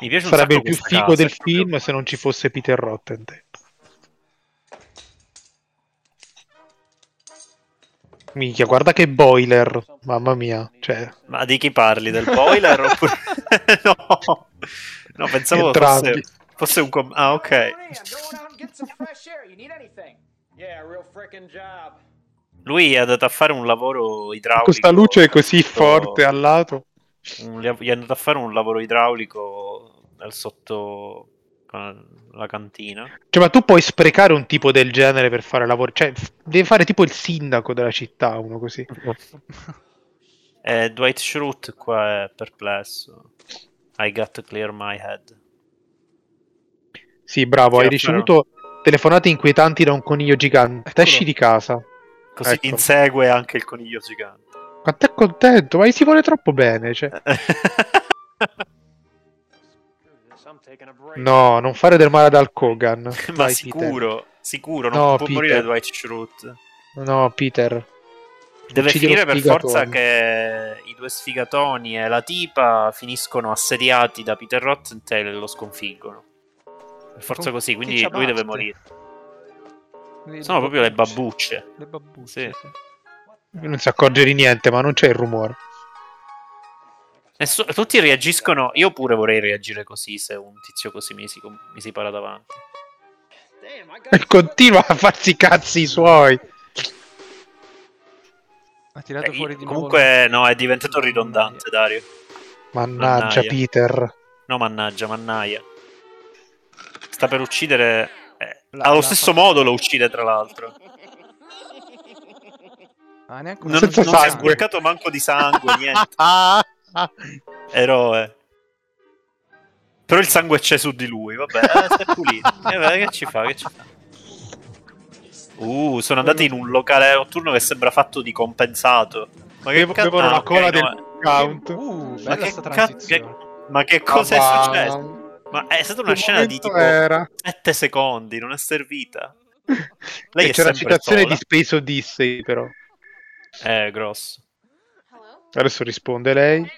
Speaker 1: Mi piace un
Speaker 2: Sarebbe il
Speaker 1: sacco
Speaker 2: più
Speaker 1: questa
Speaker 2: figo
Speaker 1: casa,
Speaker 2: del
Speaker 1: è proprio-
Speaker 2: film se non ci fosse Peter Rottenden. Minchia, guarda che boiler, mamma mia. Cioè,
Speaker 1: Ma di chi parli? Del
Speaker 2: [LAUGHS]
Speaker 1: boiler? oppure... [LAUGHS] no. no, pensavo
Speaker 2: Entrambi.
Speaker 1: fosse, fosse un... Com- ah, ok. Lui è andato a fare un lavoro idraulico.
Speaker 2: questa luce così
Speaker 1: sotto-
Speaker 2: forte al lato.
Speaker 1: un- Gli è andato a fare un lavoro idraulico al sotto con la cantina.
Speaker 2: Cioè, ma tu puoi sprecare un tipo del genere per fare lavoro. Cioè, f- devi fare tipo il sindaco della città, uno così.
Speaker 1: E Dwight Schrute qua è perplesso. I got to clear my head.
Speaker 2: Sì, bravo,
Speaker 1: Sì,
Speaker 2: hai
Speaker 1: è vero.
Speaker 2: ricevuto telefonate inquietanti da un coniglio gigante.
Speaker 3: Eccolo.
Speaker 2: Esci di casa.
Speaker 1: Così
Speaker 2: Ecco.
Speaker 1: insegue anche il coniglio gigante.
Speaker 2: Quanto è contento, ma gli si vuole troppo bene. Cioè.
Speaker 5: So I'm taking a break.
Speaker 2: No, non fare del male ad Hulk Hogan.
Speaker 1: [LAUGHS] Ma
Speaker 2: Vai,
Speaker 1: sicuro, sicuro, non
Speaker 2: No,
Speaker 1: può
Speaker 2: Peter.
Speaker 1: morire Dwight Schrute.
Speaker 2: Peter. No, Peter.
Speaker 1: Deve
Speaker 2: Uccidi lo
Speaker 1: finire per
Speaker 2: sfigatone.
Speaker 1: forza che i due sfigatoni e la tipa finiscono assediati da Peter Rottenthal e lo sconfiggono. Per forza
Speaker 3: Con-
Speaker 1: così, quindi
Speaker 3: chi c'ha
Speaker 1: lui deve
Speaker 3: parte?
Speaker 1: morire.
Speaker 3: Le-
Speaker 1: Sono proprio le
Speaker 3: babbucce.
Speaker 1: babbucce.
Speaker 3: Le
Speaker 1: Sì.
Speaker 3: babbucce. sì.
Speaker 2: Non si accorge di niente, ma non c'è il rumore.
Speaker 1: Nessu- tutti reagiscono. Io pure vorrei reagire così se un tizio così mi si, mi si para davanti.
Speaker 5: Damn, I
Speaker 2: [LAUGHS] E
Speaker 5: got
Speaker 2: continua a farsi i cazzi suoi.
Speaker 3: Ha tirato
Speaker 1: Eh,
Speaker 3: fuori di nuovo
Speaker 1: comunque,
Speaker 3: la-
Speaker 1: no, è diventato ridondante, Dario.
Speaker 2: Mannaggia,
Speaker 1: Mannaia.
Speaker 2: Peter.
Speaker 1: No, mannaggia, mannaia. Sta per uccidere. eh,
Speaker 3: La-
Speaker 1: allo
Speaker 3: la-
Speaker 1: stesso modo lo uccide, tra l'altro.
Speaker 3: Ah, neanche
Speaker 1: Non,
Speaker 3: una
Speaker 1: non si
Speaker 2: Senza
Speaker 1: è
Speaker 2: sangue.
Speaker 1: sporcato manco di sangue, niente.
Speaker 3: Uh,
Speaker 1: Eroe. Però il sangue c'è su di lui, vabbè, eh, si è pulito. Eh, vabbè, che ci fa, che ci fa? Uh, sono andati in un locale notturno che sembra fatto di compensato. Ma che cazzo?
Speaker 2: Bevono la
Speaker 1: ok,
Speaker 2: cola
Speaker 1: no,
Speaker 2: del count.
Speaker 3: Uh,
Speaker 1: Ma
Speaker 3: bella
Speaker 1: che,
Speaker 3: sta
Speaker 1: cazzo-
Speaker 3: transizione.
Speaker 1: che- ma che cosa è
Speaker 2: Ah,
Speaker 1: successo?
Speaker 2: ma-
Speaker 1: Ma è stata una
Speaker 2: che
Speaker 1: scena di
Speaker 2: momento
Speaker 1: tipo
Speaker 2: era?
Speaker 1: 7 secondi, non è servita. Lei
Speaker 2: E
Speaker 1: è
Speaker 2: c'è la
Speaker 1: sempre
Speaker 2: citazione
Speaker 1: sola.
Speaker 2: di Space Odyssey, però.
Speaker 1: Eh, grosso.
Speaker 2: Adesso risponde lei.
Speaker 8: I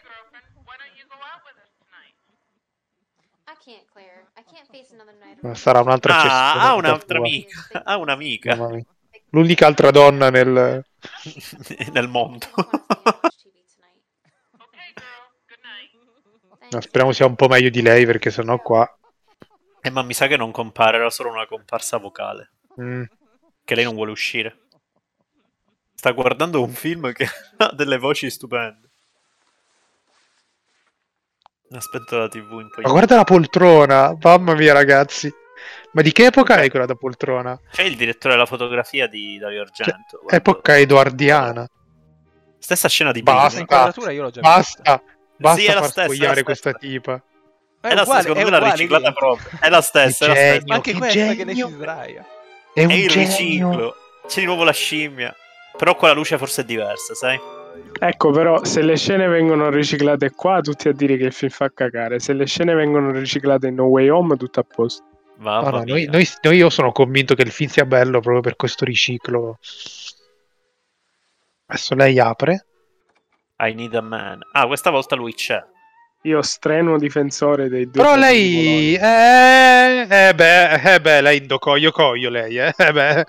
Speaker 8: can't, Claire. I can't face another night.
Speaker 2: Ma Sarà un'altra
Speaker 1: Ah,
Speaker 2: cessione
Speaker 1: ha
Speaker 2: da
Speaker 1: un'altra
Speaker 2: tua.
Speaker 1: amica. Ha un'amica
Speaker 2: Mamma mia. L'unica altra donna nel...
Speaker 1: [LAUGHS] [LAUGHS] nel mondo. [LAUGHS]
Speaker 2: No, speriamo sia un po' meglio di lei, perché sennò qua...
Speaker 1: Eh, ma mi sa che non compare, era solo una comparsa vocale.
Speaker 2: Mm.
Speaker 1: Che lei non vuole uscire. Sta guardando un film che [LAUGHS] ha delle voci stupende. Aspetto la tv un po'.
Speaker 2: Ma guarda la poltrona, mamma mia ragazzi. Ma di che epoca è quella da poltrona?
Speaker 1: C'è il direttore della fotografia di Dario
Speaker 2: Cioè,
Speaker 1: Argento. guarda.
Speaker 2: Epoca edoardiana.
Speaker 1: Stessa scena di
Speaker 2: Basta.
Speaker 1: prima.
Speaker 3: L'inquadratura io l'ho già vista.
Speaker 2: Basta, basta
Speaker 1: Sì, è la
Speaker 2: far
Speaker 1: stessa, è la
Speaker 2: spogliare
Speaker 1: stessa.
Speaker 2: questa tipa.
Speaker 1: È la stessa, secondo me l'ha riciclata proprio. È la stessa, è la
Speaker 2: Genio.
Speaker 1: stessa.
Speaker 3: Ma anche
Speaker 2: Che
Speaker 3: questa che lei si
Speaker 1: [LAUGHS]
Speaker 2: genio.
Speaker 3: sdraia.
Speaker 2: È un
Speaker 1: È il
Speaker 2: genio.
Speaker 1: riciclo. C'è di nuovo la scimmia. Però qua la luce forse è diversa, sai?
Speaker 4: Ecco, però, se le scene vengono riciclate qua, tutti a dire che il film fa cagare. Se le scene vengono riciclate in No Way Home, tutto a posto.
Speaker 1: Mamma
Speaker 2: No, no,
Speaker 1: mia.
Speaker 2: noi, noi- noi io sono convinto che il film sia bello proprio per questo riciclo. Adesso lei apre.
Speaker 1: I need a man. Ah, questa volta lui c'è.
Speaker 2: Eh,
Speaker 4: Io strenuo difensore dei due.
Speaker 2: Però
Speaker 4: patrimoni.
Speaker 2: lei... Eh, eh beh, eh beh, lei indocoglio coglio lei, eh, [LAUGHS] eh beh. Eh,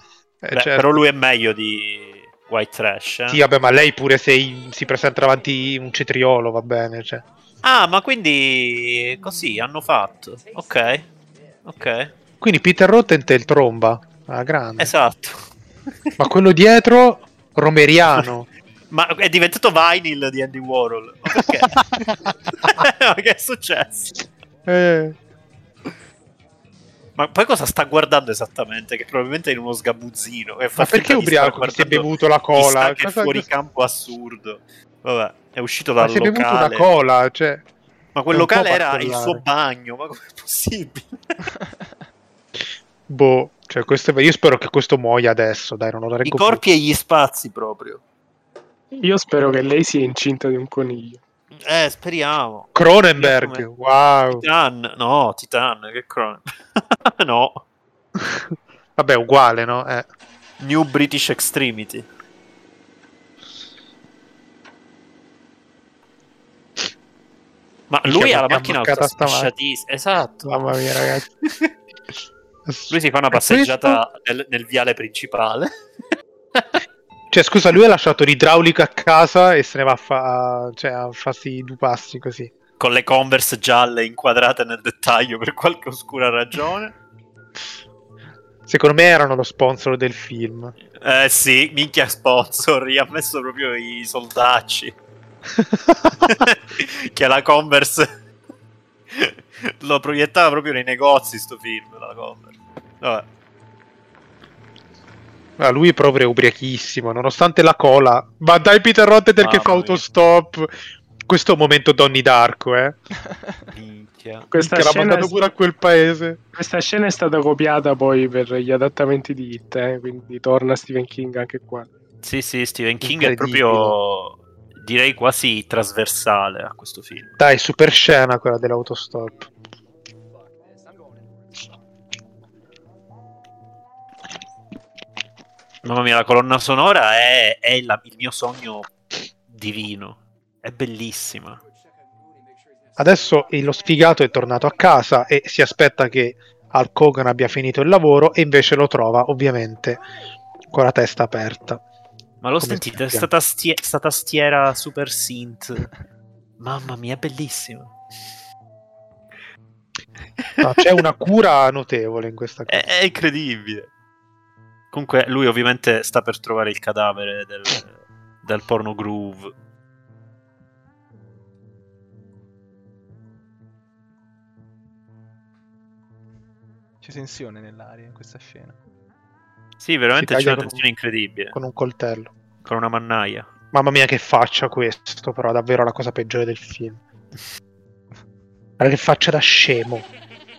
Speaker 1: Beh,
Speaker 2: certo.
Speaker 1: Però lui è meglio di White Trash. eh.
Speaker 2: Sì, vabbè, ma lei pure se in- si presenta davanti un cetriolo, va bene, cioè.
Speaker 1: Ah, ma quindi così hanno fatto. Ok. Ok.
Speaker 2: Quindi Peter Rottenthal tromba, ah, grande.
Speaker 1: Esatto.
Speaker 2: Ma quello dietro,
Speaker 1: [LAUGHS]
Speaker 2: Romeriano.
Speaker 1: Ma è diventato vinyl di Andy Warhol. Ma perché?
Speaker 2: [LAUGHS]
Speaker 1: [LAUGHS] Ma che è successo?
Speaker 2: Eh,
Speaker 1: Ma poi cosa sta guardando esattamente? Che probabilmente è in uno sgabuzzino. e fa
Speaker 2: ma
Speaker 1: finta
Speaker 2: perché
Speaker 1: di star
Speaker 2: ubriaco che si è
Speaker 1: guardando
Speaker 2: bevuto la cola?
Speaker 1: Chissà che
Speaker 2: Cosa-
Speaker 1: fuori campo assurdo. Vabbè, è uscito
Speaker 2: ma
Speaker 1: dal
Speaker 2: si è bevuto una
Speaker 1: locale.
Speaker 2: cola, cioè.
Speaker 1: ma quel
Speaker 2: non può
Speaker 1: locale era il
Speaker 2: particolare.
Speaker 1: suo bagno. Ma com'è possibile?
Speaker 2: Boh, cioè, questo è- io spero che questo muoia adesso, dai, non lo reggo
Speaker 1: I corpi e gli spazi proprio.
Speaker 4: Io spero che lei sia incinta di un coniglio.
Speaker 1: Eh, speriamo.
Speaker 2: più. Cronenberg,
Speaker 1: Io
Speaker 2: wow. [LAUGHS]
Speaker 1: Titan, no, Titan, che cron. [LAUGHS] no,
Speaker 2: Vabbè, uguale, no? Eh.
Speaker 1: New British Extremity. Ma lui
Speaker 2: Minchia,
Speaker 1: ha la
Speaker 2: mi ha
Speaker 1: macchina
Speaker 2: bloccata stamattina.
Speaker 1: sfasciatissima. Esatto.
Speaker 2: Mamma mia, ragazzi.
Speaker 1: [LAUGHS] Lui si fa una
Speaker 2: E questo-
Speaker 1: passeggiata nel, nel viale principale. [LAUGHS]
Speaker 2: Cioè, scusa, lui ha lasciato l'idraulica a casa e se ne va a, fa- cioè, a farsi due passi così.
Speaker 1: con le converse gialle inquadrate nel dettaglio per qualche oscura ragione.
Speaker 2: Secondo me erano lo sponsor del film.
Speaker 1: Eh sì, minchia sponsor, gli ha messo proprio i soldacci. che la Converse [LAUGHS] lo proiettava proprio nei negozi sto film, la Converse. Vabbè.
Speaker 2: Ah, lui è proprio ubriachissimo, nonostante la cola. Ma dai Peter Rottenthal che
Speaker 1: Mamma
Speaker 2: fa
Speaker 1: mia.
Speaker 2: autostop. Questo è un momento Donnie Darko, eh.
Speaker 1: Minchia.
Speaker 4: Questa
Speaker 2: che l'ha
Speaker 4: scena,
Speaker 2: mandato pure a quel paese.
Speaker 4: questa scena è stata copiata poi per gli adattamenti di Hit, eh, quindi torna Stephen King anche qua.
Speaker 1: Sì, sì, Stephen King è
Speaker 2: Incredibile.
Speaker 1: proprio direi quasi trasversale a questo film.
Speaker 2: Dai, super scena quella dell'autostop.
Speaker 1: Mamma mia, la colonna sonora è, è la- il mio sogno divino. È bellissima.
Speaker 2: Adesso eh, lo sfigato è tornato a casa e si aspetta che Hulk Hogan abbia finito il lavoro e invece lo trova ovviamente con la testa aperta.
Speaker 1: Ma lo
Speaker 2: Come
Speaker 1: sentite?
Speaker 2: si
Speaker 1: Sta, tastie- sta tastiera super
Speaker 2: [LAUGHS]
Speaker 1: synth. Mamma mia, è bellissima.
Speaker 2: No, c'è una
Speaker 1: [LAUGHS]
Speaker 2: cura notevole in questa
Speaker 1: È,
Speaker 2: cosa.
Speaker 1: è incredibile. Comunque, lui ovviamente sta per trovare il cadavere del, del porno groove.
Speaker 3: C'è tensione nell'aria in questa scena.
Speaker 1: Sì, veramente
Speaker 2: Si
Speaker 1: c'è
Speaker 2: taglia
Speaker 1: una
Speaker 2: con-
Speaker 1: tensione incredibile.
Speaker 2: con un coltello.
Speaker 1: Con una mannaia.
Speaker 2: Mamma mia, che faccia questo, però, davvero la cosa peggiore del film. Guarda che faccia da scemo.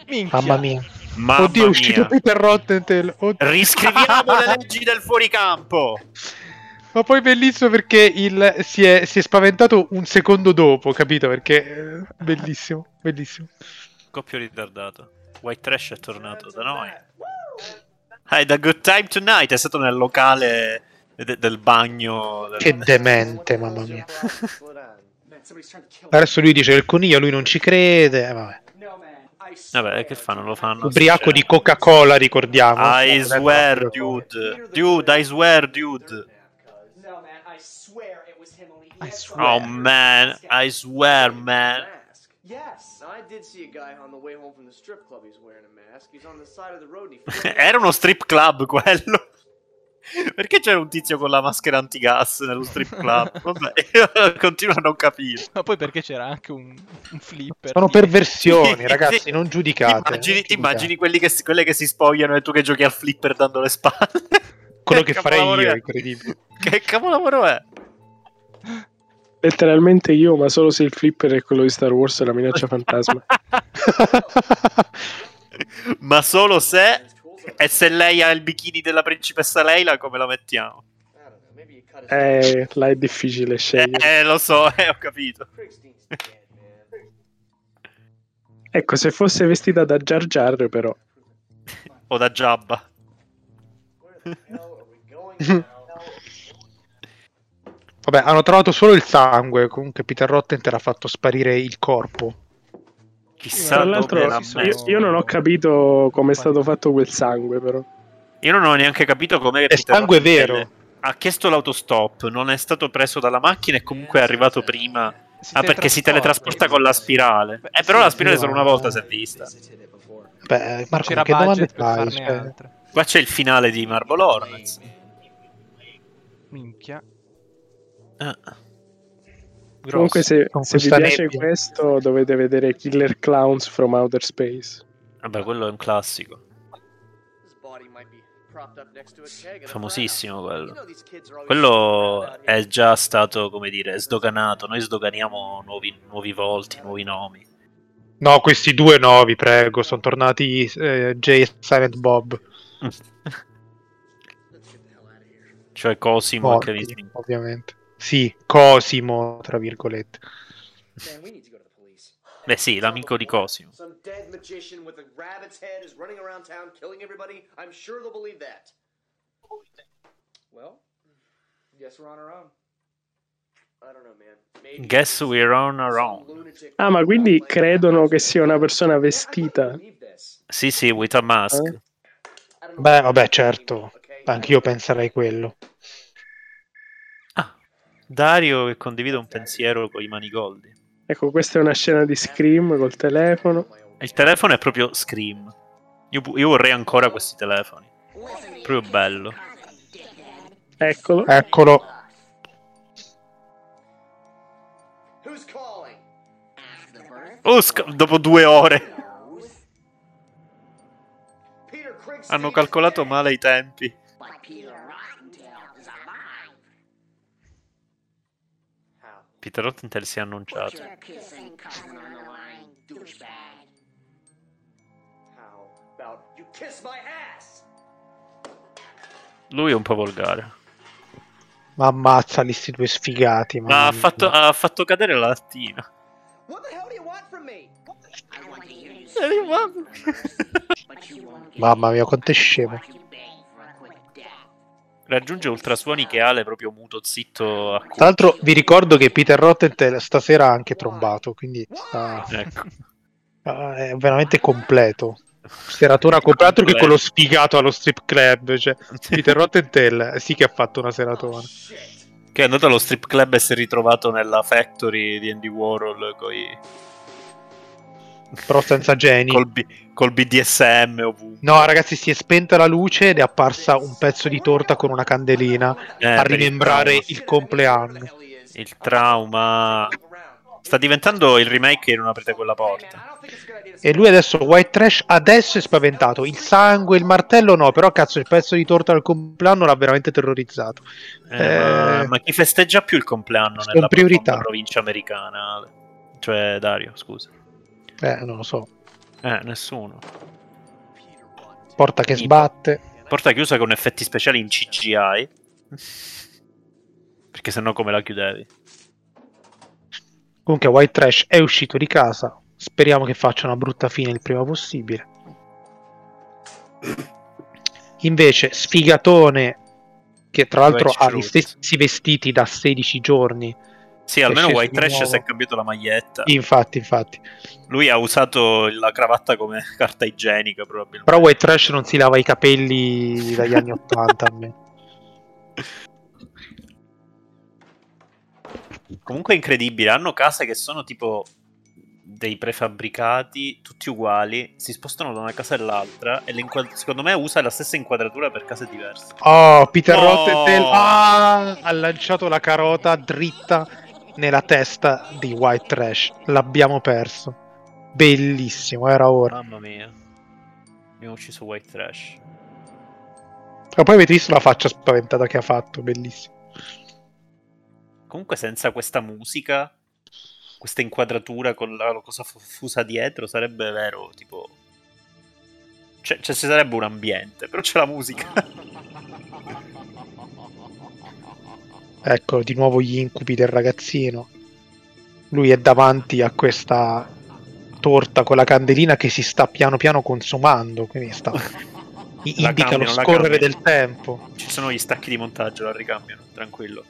Speaker 3: Minchia!
Speaker 2: Mamma mia.
Speaker 1: Mamma
Speaker 2: Oddio, è uscito
Speaker 1: mia.
Speaker 2: Peter Rottentail. Oddio.
Speaker 1: Riscriviamo le leggi del fuoricampo.
Speaker 2: Ma poi bellissimo perché il, si, è, si è spaventato un secondo dopo, capito? Perché eh, bellissimo, bellissimo.
Speaker 1: Coppio ritardato. White Trash è tornato da noi. Hai da Good Time Tonight è stato nel locale de- del bagno. del-
Speaker 2: Che demente, mamma mia. Adesso lui dice che il coniglio, lui non ci crede. eh, vabbè.
Speaker 1: Vabbè, che fanno? Lo fanno.
Speaker 2: Ubriaco
Speaker 1: Cioè,
Speaker 2: di Coca-Cola, ricordiamo.
Speaker 1: I swear, dude. Dude, I swear, dude.
Speaker 3: I swear.
Speaker 1: Oh man, I swear, man. [LAUGHS]
Speaker 5: Yes, I did see a guy on the way home from the strip club. He's wearing a mask. He's on the side of the road.
Speaker 1: [LAUGHS]
Speaker 5: And he
Speaker 1: Era uno strip club quello. Perché c'era un tizio con la maschera antigas nello strip
Speaker 2: [LAUGHS]
Speaker 1: club? Vabbè, io continuo a non capire.
Speaker 3: [LAUGHS] Ma poi perché c'era anche un, un flipper?
Speaker 2: Sono
Speaker 1: [LAUGHS]
Speaker 2: perversioni,
Speaker 1: Sì,
Speaker 2: ragazzi,
Speaker 1: sì.
Speaker 2: non
Speaker 1: Ti immagini,
Speaker 2: giudicate. non
Speaker 1: ti
Speaker 2: giudicate.
Speaker 1: immagini quelli che si- quelle che si spogliano e tu che giochi al flipper dando le spalle?
Speaker 2: [LAUGHS] Quello che farei
Speaker 1: capolavoro
Speaker 2: io,
Speaker 1: è.
Speaker 2: incredibile. [LAUGHS]
Speaker 1: Che capolavoro è?
Speaker 4: Letteralmente io, ma solo se il flipper è quello di Star Wars e la
Speaker 2: [LAUGHS]
Speaker 4: minaccia fantasma.
Speaker 1: Ma solo se. E se lei ha il bikini della principessa Leila, come la mettiamo?
Speaker 5: I don't know. Maybe you cut his.
Speaker 4: Eh, là è difficile scegliere.
Speaker 1: Eh, lo so, [LAUGHS] eh, ho capito.
Speaker 5: Krigstein's dead, man.
Speaker 4: Ecco, se fosse vestita da Jar Jar, però.
Speaker 1: O da Giabba.
Speaker 5: Where the hell are
Speaker 2: [LAUGHS]
Speaker 5: we going now?
Speaker 2: Vabbè, hanno trovato solo il sangue. Comunque, Peter Rottenter ha fatto sparire il corpo.
Speaker 1: Chissà
Speaker 4: Tra
Speaker 1: dove
Speaker 4: l'altro,
Speaker 1: l'ha
Speaker 3: sì, sono-
Speaker 4: io,
Speaker 1: messo.
Speaker 4: io non ho capito come è stato fatto quel sangue, però.
Speaker 1: Io non ho neanche capito come.
Speaker 2: È sangue vero.
Speaker 1: Ha chiesto l'autostop, non è stato preso dalla macchina e comunque è arrivato prima. Ah, perché si teletrasporta con la spirale. Eh, però la spirale solo una volta si è vista.
Speaker 2: Beh, Marco,
Speaker 3: C'era
Speaker 2: ma che domande
Speaker 3: budget per
Speaker 2: fai?
Speaker 3: farne
Speaker 2: Cioè,
Speaker 3: altre.
Speaker 1: Qua c'è il finale di Marble Hornets.
Speaker 3: Minchia.
Speaker 1: Ah. Grosso.
Speaker 4: Comunque, se,
Speaker 2: Con
Speaker 4: se vi
Speaker 2: questa
Speaker 4: piace
Speaker 2: nebbia.
Speaker 4: questo, dovete vedere Killer Clowns from Outer Space.
Speaker 1: Vabbè, quello è un classico.
Speaker 5: His body might be propped up next to a keg. and a
Speaker 1: Famosissimo
Speaker 5: frat. You
Speaker 1: quello.
Speaker 5: know these kids are always screwing around
Speaker 1: Quello
Speaker 5: out here.
Speaker 1: è già stato, come dire, sdoganato. Noi sdoganiamo nuovi, nuovi volti, nuovi nomi.
Speaker 2: No, questi due no, vi prego. Sono tornati eh, Jay e Silent Bob.
Speaker 5: Let's get the hell out of here.
Speaker 1: Cioè Cosimo e Kevin
Speaker 2: Morti,
Speaker 1: Smith.
Speaker 2: ovviamente. Sì, Cosimo, tra virgolette.
Speaker 5: Man, we need to go to the police.
Speaker 1: Beh sì, l'amico di Cosimo.
Speaker 5: Some dead magician with a rabbit's head is running around town killing everybody. I'm sure they'll believe that. Well, guess we're on our own. I don't know, man. Maybe
Speaker 1: Guess we're on our
Speaker 5: some
Speaker 1: own.
Speaker 5: lunatic-
Speaker 4: Ah, ma quindi credono che sia una persona vestita?
Speaker 1: Sì, sì, with a mask.
Speaker 4: Eh?
Speaker 2: Beh, vabbè, certo. Anch'io penserei quello.
Speaker 1: Ah, Dario che condivide un pensiero con i manigoldi.
Speaker 4: Ecco, questa è una scena di Scream col telefono.
Speaker 1: Il telefono è proprio Scream. Io, pu- io vorrei ancora questi telefoni. Proprio bello.
Speaker 4: Eccolo.
Speaker 2: Eh, Eccolo.
Speaker 5: Who's calling?
Speaker 1: Oh, sc- dopo due ore
Speaker 5: Peter Krigstein
Speaker 1: hanno
Speaker 5: is
Speaker 1: calcolato
Speaker 5: dead.
Speaker 1: male i tempi.
Speaker 5: How?
Speaker 1: Peter Rottentail si è annunciato.
Speaker 5: How about you kiss my ass?
Speaker 1: Lui è un po' volgare.
Speaker 2: Ma ammazza lì sti due sfigati.
Speaker 1: Ma
Speaker 2: mamma
Speaker 1: ha
Speaker 2: mia.
Speaker 1: fatto, ha fatto cadere la lattina.
Speaker 5: What the hell do you want from me?
Speaker 2: Mamma mia, quanto è scemo.
Speaker 1: raggiunge ultrasuoni che Ale proprio muto, zitto. A
Speaker 2: Tra
Speaker 1: culo.
Speaker 2: l'altro vi ricordo che Peter Rottenthal stasera ha anche trombato, quindi sta-
Speaker 1: Ecco.
Speaker 2: ah, è veramente completo. Seratura con- tra l'altro che quello sfigato allo strip club, cioè Peter Rottenthal sì che ha fatto una
Speaker 7: [LAUGHS]
Speaker 5: Oh,
Speaker 2: seratona.
Speaker 1: che è andato allo strip club e si è ritrovato nella factory di Andy Warhol coi-
Speaker 2: però senza geni.
Speaker 1: col, B- col BDSM ovunque.
Speaker 2: No, ragazzi, si è spenta la luce ed è apparsa un pezzo di torta con una candelina.
Speaker 1: Eh,
Speaker 2: a
Speaker 1: per il
Speaker 2: rimembrare
Speaker 1: trauma.
Speaker 2: il compleanno.
Speaker 1: il trauma. Sta diventando il remake in una prete con la porta.
Speaker 2: E lui adesso, White Trash, adesso è spaventato. Il sangue, il martello no, però cazzo, il pezzo di torta al compleanno l'ha veramente terrorizzato.
Speaker 1: Eh, Ma,
Speaker 2: Eh.
Speaker 1: ma chi festeggia più il compleanno
Speaker 2: Sono
Speaker 1: nella
Speaker 2: priorità.
Speaker 1: profonda provincia americana? Ale? Cioè, Dario, scusa.
Speaker 2: Eh, non lo so.
Speaker 1: Eh, nessuno.
Speaker 2: Porta che sbatte.
Speaker 1: Porta chiusa con effetti speciali in CGI. Perché sennò come la chiudevi?
Speaker 2: Comunque, White Trash è uscito di casa. Speriamo che faccia una brutta fine il prima possibile. Invece, sfigatone, che tra l'altro ha gli
Speaker 1: Wedge Ruth.
Speaker 2: stessi vestiti da 16 giorni.
Speaker 1: Sì, almeno
Speaker 2: sceso
Speaker 1: White
Speaker 2: di
Speaker 1: Trash
Speaker 2: nuovo.
Speaker 1: si è cambiato la maglietta.
Speaker 2: Infatti, infatti.
Speaker 1: Lui ha usato la cravatta come [LAUGHS] carta igienica, probabilmente.
Speaker 2: Però White Trash non si lava i capelli dagli anni 80 a me.
Speaker 1: Comunque è incredibile. Hanno case che sono tipo dei prefabbricati, tutti uguali. Si spostano da una casa all'altra. E le inquad- secondo me usa la stessa inquadratura per case diverse.
Speaker 2: Oh, Peter
Speaker 1: No!
Speaker 2: Rottenthal ah, ha lanciato la carota dritta nella testa di White Trash. L'abbiamo perso. Bellissimo, era ora.
Speaker 1: Mamma mia. Abbiamo ucciso White Trash.
Speaker 2: Ma poi avete visto la faccia spaventata che ha fatto, bellissimo.
Speaker 1: Comunque senza questa musica, questa inquadratura con la la cosa fu- fusa dietro, sarebbe vero, tipo... Cioè, cioè, ci sarebbe un ambiente, però c'è la [LAUGHS] musica.
Speaker 2: Ecco, di nuovo gli incubi del ragazzino. Lui è davanti a questa torta con la candelina che si sta piano piano consumando, quindi
Speaker 1: [LAUGHS]
Speaker 2: sta...
Speaker 1: La
Speaker 2: indica
Speaker 1: cambiano,
Speaker 2: lo
Speaker 1: la
Speaker 2: scorrere
Speaker 1: cambiano.
Speaker 2: del tempo.
Speaker 1: Ci sono gli stacchi di montaggio, la ricambiano, tranquillo.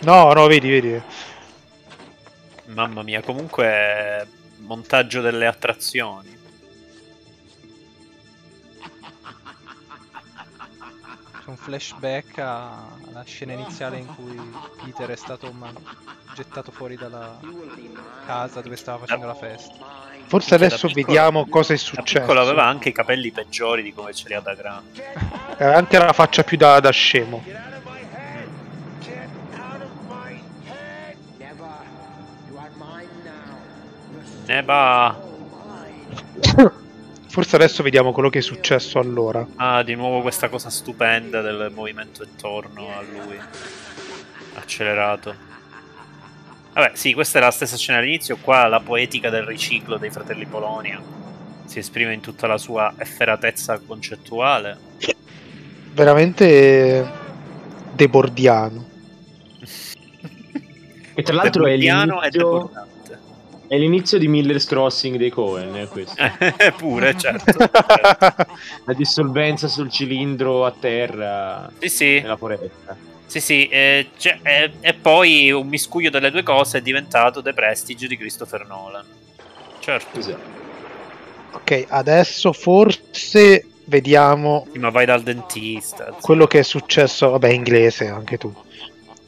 Speaker 2: No, no, vedi, vedi.
Speaker 1: Mamma mia, comunque montaggio delle attrazioni.
Speaker 3: C'è un flashback a- alla scena iniziale in cui Peter è stato ma- gettato fuori dalla casa dove stava facendo la festa.
Speaker 2: Forse
Speaker 1: Cioè, da
Speaker 2: adesso
Speaker 1: piccolo-
Speaker 2: vediamo cosa è
Speaker 1: La
Speaker 2: successo.
Speaker 1: piccola aveva anche i capelli peggiori di come ce li ha da grande.
Speaker 2: Eh, anche la faccia più da, da scemo.
Speaker 1: Eh, Neba!
Speaker 2: Forse adesso vediamo quello che è successo allora.
Speaker 1: Ah, di nuovo questa cosa stupenda del movimento intorno a lui. Accelerato. Vabbè, sì, questa è la stessa scena all'inizio. Qua la poetica del riciclo dei fratelli Polonia si esprime in tutta la sua efferatezza concettuale.
Speaker 2: Veramente debordiano.
Speaker 6: E tra l'altro è
Speaker 1: Deburdiano e
Speaker 6: l'inizio,
Speaker 1: debordante.
Speaker 6: è l'inizio di Miller's Crossing dei Cohen, eh, questo.
Speaker 1: Eh, [LAUGHS] pure, certo. certo.
Speaker 6: La dissolvenza sul cilindro a terra
Speaker 1: Sì, sì,
Speaker 6: nella foresta.
Speaker 1: sì, sì. eh, c'è- e, e poi un miscuglio delle due cose è diventato The Prestige di Christopher Nolan. Certo.
Speaker 6: Cos'è?
Speaker 2: Ok, adesso forse vediamo
Speaker 1: Sì, Ma vai dal dentista.
Speaker 2: quello che è successo. Vabbè, inglese anche tu.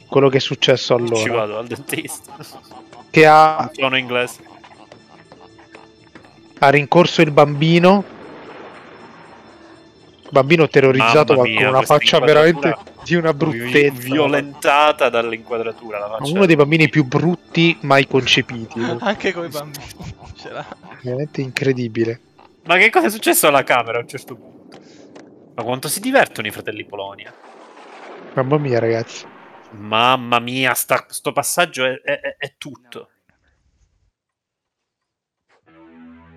Speaker 2: Quello che è successo
Speaker 1: Ci
Speaker 2: allora.
Speaker 1: vado al dentista.
Speaker 2: Ah. Che ha,
Speaker 1: Sono inglese.
Speaker 2: ha rincorso il bambino. Bambino terrorizzato
Speaker 1: Mamma
Speaker 2: ma
Speaker 1: mia,
Speaker 2: con una
Speaker 1: questa
Speaker 2: faccia
Speaker 1: inquadratura
Speaker 2: veramente di una
Speaker 1: Vi- cioè.
Speaker 2: bruttezza.
Speaker 1: Violentata dall'inquadratura la
Speaker 2: Ma
Speaker 1: faccia.
Speaker 2: uno dei bambini più brutti mai concepiti.
Speaker 3: Anche come bambini. [LAUGHS] Ce l'ha.
Speaker 2: Veramente incredibile.
Speaker 1: Ma che cosa è successo alla camera a un certo punto? Ma quanto si divertono i fratelli Polonia?
Speaker 2: Mamma mia, ragazzi.
Speaker 1: Mamma mia, sta, sto passaggio è, è- è- è tutto.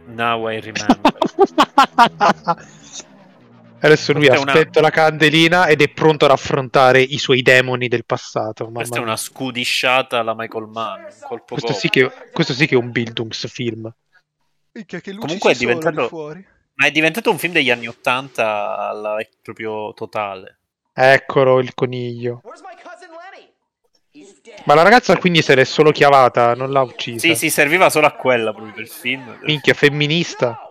Speaker 1: Now I remember.
Speaker 2: [LAUGHS] Adesso lui ha
Speaker 1: Questa è una-
Speaker 2: spento la candelina ed è pronto ad affrontare i suoi demoni del passato. Mamma
Speaker 1: Questa è
Speaker 2: mia.
Speaker 1: una scudisciata alla Michael Mann. un Colpo
Speaker 2: Questo
Speaker 1: gobbo.
Speaker 2: sì, che, questo sì che è un Bildungsfilm.
Speaker 3: Minchia, che luci
Speaker 1: Comunque
Speaker 3: ci
Speaker 1: è
Speaker 3: sono lì
Speaker 1: diventato-
Speaker 3: fuori.
Speaker 1: Ma è diventato un film degli anni Ottanta alla proprio totale.
Speaker 2: Eccolo il coniglio.
Speaker 5: Where's my cousin Lenny? He's dead.
Speaker 2: Ma la ragazza quindi se l'è solo chiavata, non l'ha uccisa.
Speaker 1: Sì, sì, serviva solo a quella proprio per il film.
Speaker 2: Minchia, femminista.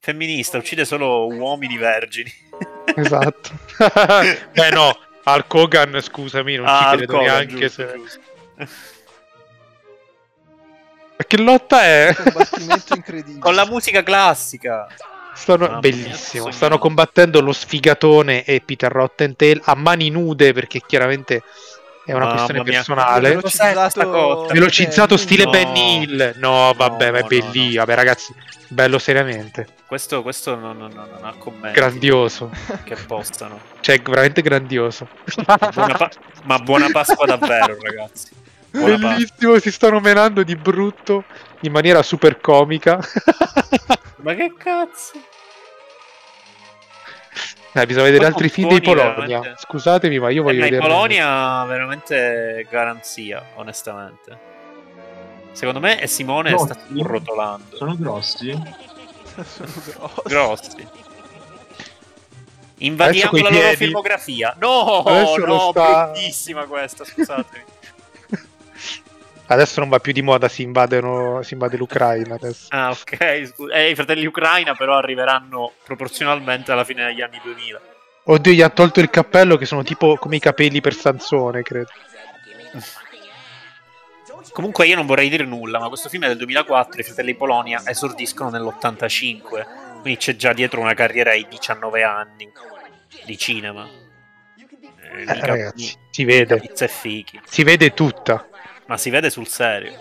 Speaker 1: Femminista, uccide solo uomini vergini.
Speaker 3: [LAUGHS]
Speaker 2: Esatto. [LAUGHS] Beh, no, al Kogan, scusami, non
Speaker 1: Ah,
Speaker 2: ci
Speaker 1: al
Speaker 2: credo
Speaker 1: Kogan,
Speaker 2: neanche
Speaker 1: giusto,
Speaker 2: se-
Speaker 1: giusto.
Speaker 2: Ma che lotta è?
Speaker 3: Combattimento incredibile.
Speaker 1: Con la musica classica.
Speaker 2: Stanno...
Speaker 1: Mamma mia,
Speaker 2: Bellissimo.
Speaker 1: sognavo.
Speaker 2: Stanno combattendo lo sfigatone e Peter Rottentail a mani nude perché chiaramente è una
Speaker 1: Mamma
Speaker 2: questione
Speaker 1: mia.
Speaker 2: personale.
Speaker 1: Lo sai questa cosa?
Speaker 2: Velocizzato stile
Speaker 1: No.
Speaker 2: Ben Hill. No, vabbè, ma è
Speaker 1: no, Eh,
Speaker 2: bellì.
Speaker 1: no.
Speaker 2: Vabbè, ragazzi, bello seriamente.
Speaker 1: Questo, questo no, no, no, non ha commenti
Speaker 2: Grandioso.
Speaker 1: che postano.
Speaker 2: Cioè, veramente grandioso.
Speaker 1: Buona pa- ma buona Pasqua
Speaker 2: [LAUGHS]
Speaker 1: davvero, ragazzi. Buona Pasqua.
Speaker 2: Bellissimo, si stanno menando di brutto in maniera super comica. [LAUGHS]
Speaker 1: Ma che cazzo?
Speaker 2: Eh, bisogna vedere
Speaker 1: Ma
Speaker 2: altri film di
Speaker 1: Pomponi
Speaker 2: Polonia.
Speaker 1: veramente.
Speaker 2: Scusatemi, ma io
Speaker 1: Eh,
Speaker 2: voglio
Speaker 1: ma in
Speaker 2: vedere.
Speaker 1: Polonia veramente garanzia, onestamente. Secondo me e Simone
Speaker 6: No,
Speaker 1: sta
Speaker 6: sì.
Speaker 1: rotolando.
Speaker 6: Sono grossi?
Speaker 1: grossi. Invadiamo
Speaker 2: coi
Speaker 1: la loro
Speaker 2: piedi.
Speaker 1: filmografia. No,
Speaker 2: Adesso lo
Speaker 1: no,
Speaker 2: sta-
Speaker 1: bruttissima questa,
Speaker 2: [LAUGHS]
Speaker 1: scusatemi.
Speaker 2: Adesso non va più di moda, si, invadono, si invade l'Ucraina adesso.
Speaker 1: Ah, ok. scu- eh, I fratelli Ucraina però arriveranno proporzionalmente alla fine degli anni 2000.
Speaker 2: [LAUGHS] Oddio, gli ha tolto il cappello che sono tipo come i capelli per Sansone, credo.
Speaker 1: Comunque io non vorrei dire nulla, ma questo film è del 2004, i fratelli Polonia esordiscono nell'85, quindi c'è già dietro una carriera ai 19 anni di cinema. Eh,
Speaker 2: Eh,
Speaker 1: mica-
Speaker 2: ragazzi, si vede.
Speaker 1: Pizza e fichi.
Speaker 2: Si vede tutta.
Speaker 1: Ma si vede sul serio.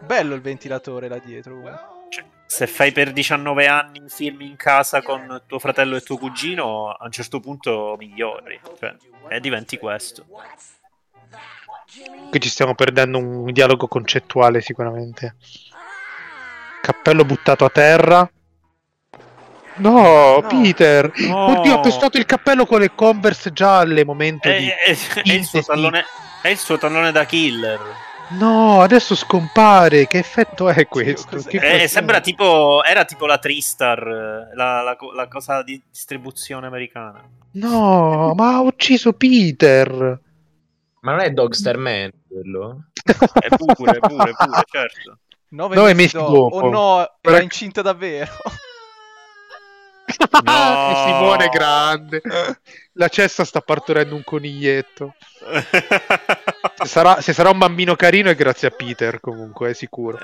Speaker 3: Bello il ventilatore là dietro. comunque.
Speaker 1: Cioè, se fai per 19 anni un film in casa con tuo fratello e tuo cugino, a un certo punto migliori. Cioè, e diventi questo.
Speaker 2: Qui ci stiamo perdendo un dialogo concettuale sicuramente. Cappello buttato a terra. No,
Speaker 3: No.
Speaker 2: Peter.
Speaker 1: No. Eh.
Speaker 2: Oddio, ha pestato il cappello con le Converse gialle. Momento di...
Speaker 1: Oh, È, è- è il suo
Speaker 2: Sintesi.
Speaker 1: tallone, è il suo tallone da killer.
Speaker 2: No, adesso scompare. Che effetto è questo?
Speaker 3: cos'è?
Speaker 2: Che
Speaker 3: Eh,
Speaker 1: Eh,
Speaker 2: cos'è?
Speaker 1: sembra tipo, era tipo la Tristar, eh, la, la co- la cosa di distribuzione americana.
Speaker 2: No, ma ha ucciso Peter.
Speaker 6: Ma non è Dogster Man quello?
Speaker 1: Eh, pure, pure, [LAUGHS] pure, certo.
Speaker 3: Nove,
Speaker 2: Nove mesi
Speaker 3: mesi
Speaker 2: dopo.
Speaker 3: Oh no,
Speaker 2: Però-
Speaker 3: era incinta davvero. [LAUGHS]
Speaker 1: No.
Speaker 2: Che Simone è grande. La cesta sta partorendo un coniglietto. Se sarà, se sarà un bambino carino è grazie a Peter comunque, è sicuro.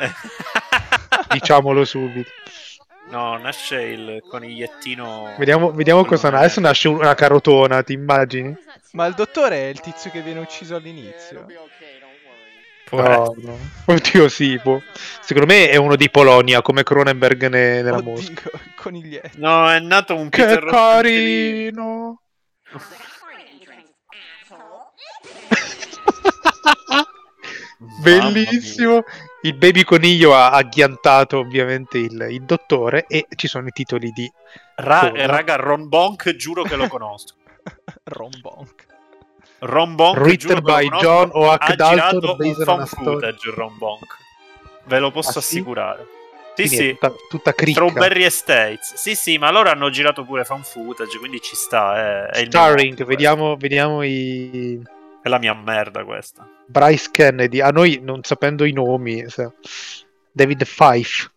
Speaker 2: Diciamolo subito.
Speaker 1: No, nasce il conigliettino.
Speaker 2: Vediamo, vediamo cosa
Speaker 1: Quello-
Speaker 2: nasce. Adesso nasce un- una carotona, ti immagini?
Speaker 3: Ma il dottore è il tizio che viene ucciso all'inizio.
Speaker 1: Può
Speaker 2: No, no. Oddio, sì. boh. Secondo me è uno di Polonia, come Cronenberg ne- nella
Speaker 3: Oddio,
Speaker 2: Mosca.
Speaker 3: il [LAUGHS] coniglietto.
Speaker 1: No, è nato un
Speaker 2: Che
Speaker 1: Peter
Speaker 2: carino! Bellissimo! Il baby coniglio ha agghiantato ovviamente il, il dottore e ci sono i titoli di...
Speaker 1: Ra-
Speaker 2: Cosa?
Speaker 1: raga, Ron Bonk, giuro che lo conosco.
Speaker 3: Rombonk.
Speaker 1: Ron Bonk,
Speaker 2: Written
Speaker 1: giuro che lo
Speaker 2: by
Speaker 1: conosco,
Speaker 2: John O. H.
Speaker 1: Ha
Speaker 2: Dalton,
Speaker 1: girato un
Speaker 2: based on
Speaker 1: fan
Speaker 2: a story.
Speaker 1: footage Ron Bonk. Ve lo posso
Speaker 2: Ah, sì?
Speaker 1: assicurare. Sì,
Speaker 2: Quindi è
Speaker 1: sì.
Speaker 2: Tutta, tutta cricca.
Speaker 1: Strawberry Estates. Sì, sì, ma loro hanno girato pure fan footage, quindi ci sta. eh, È, è il mio
Speaker 2: Starring,
Speaker 1: mondo,
Speaker 2: vediamo, vediamo i...
Speaker 1: questo. È la mia merda
Speaker 2: [LAUGHS]
Speaker 1: questa.
Speaker 2: Bryce Kennedy, a noi non sapendo i nomi, sa- David Fife,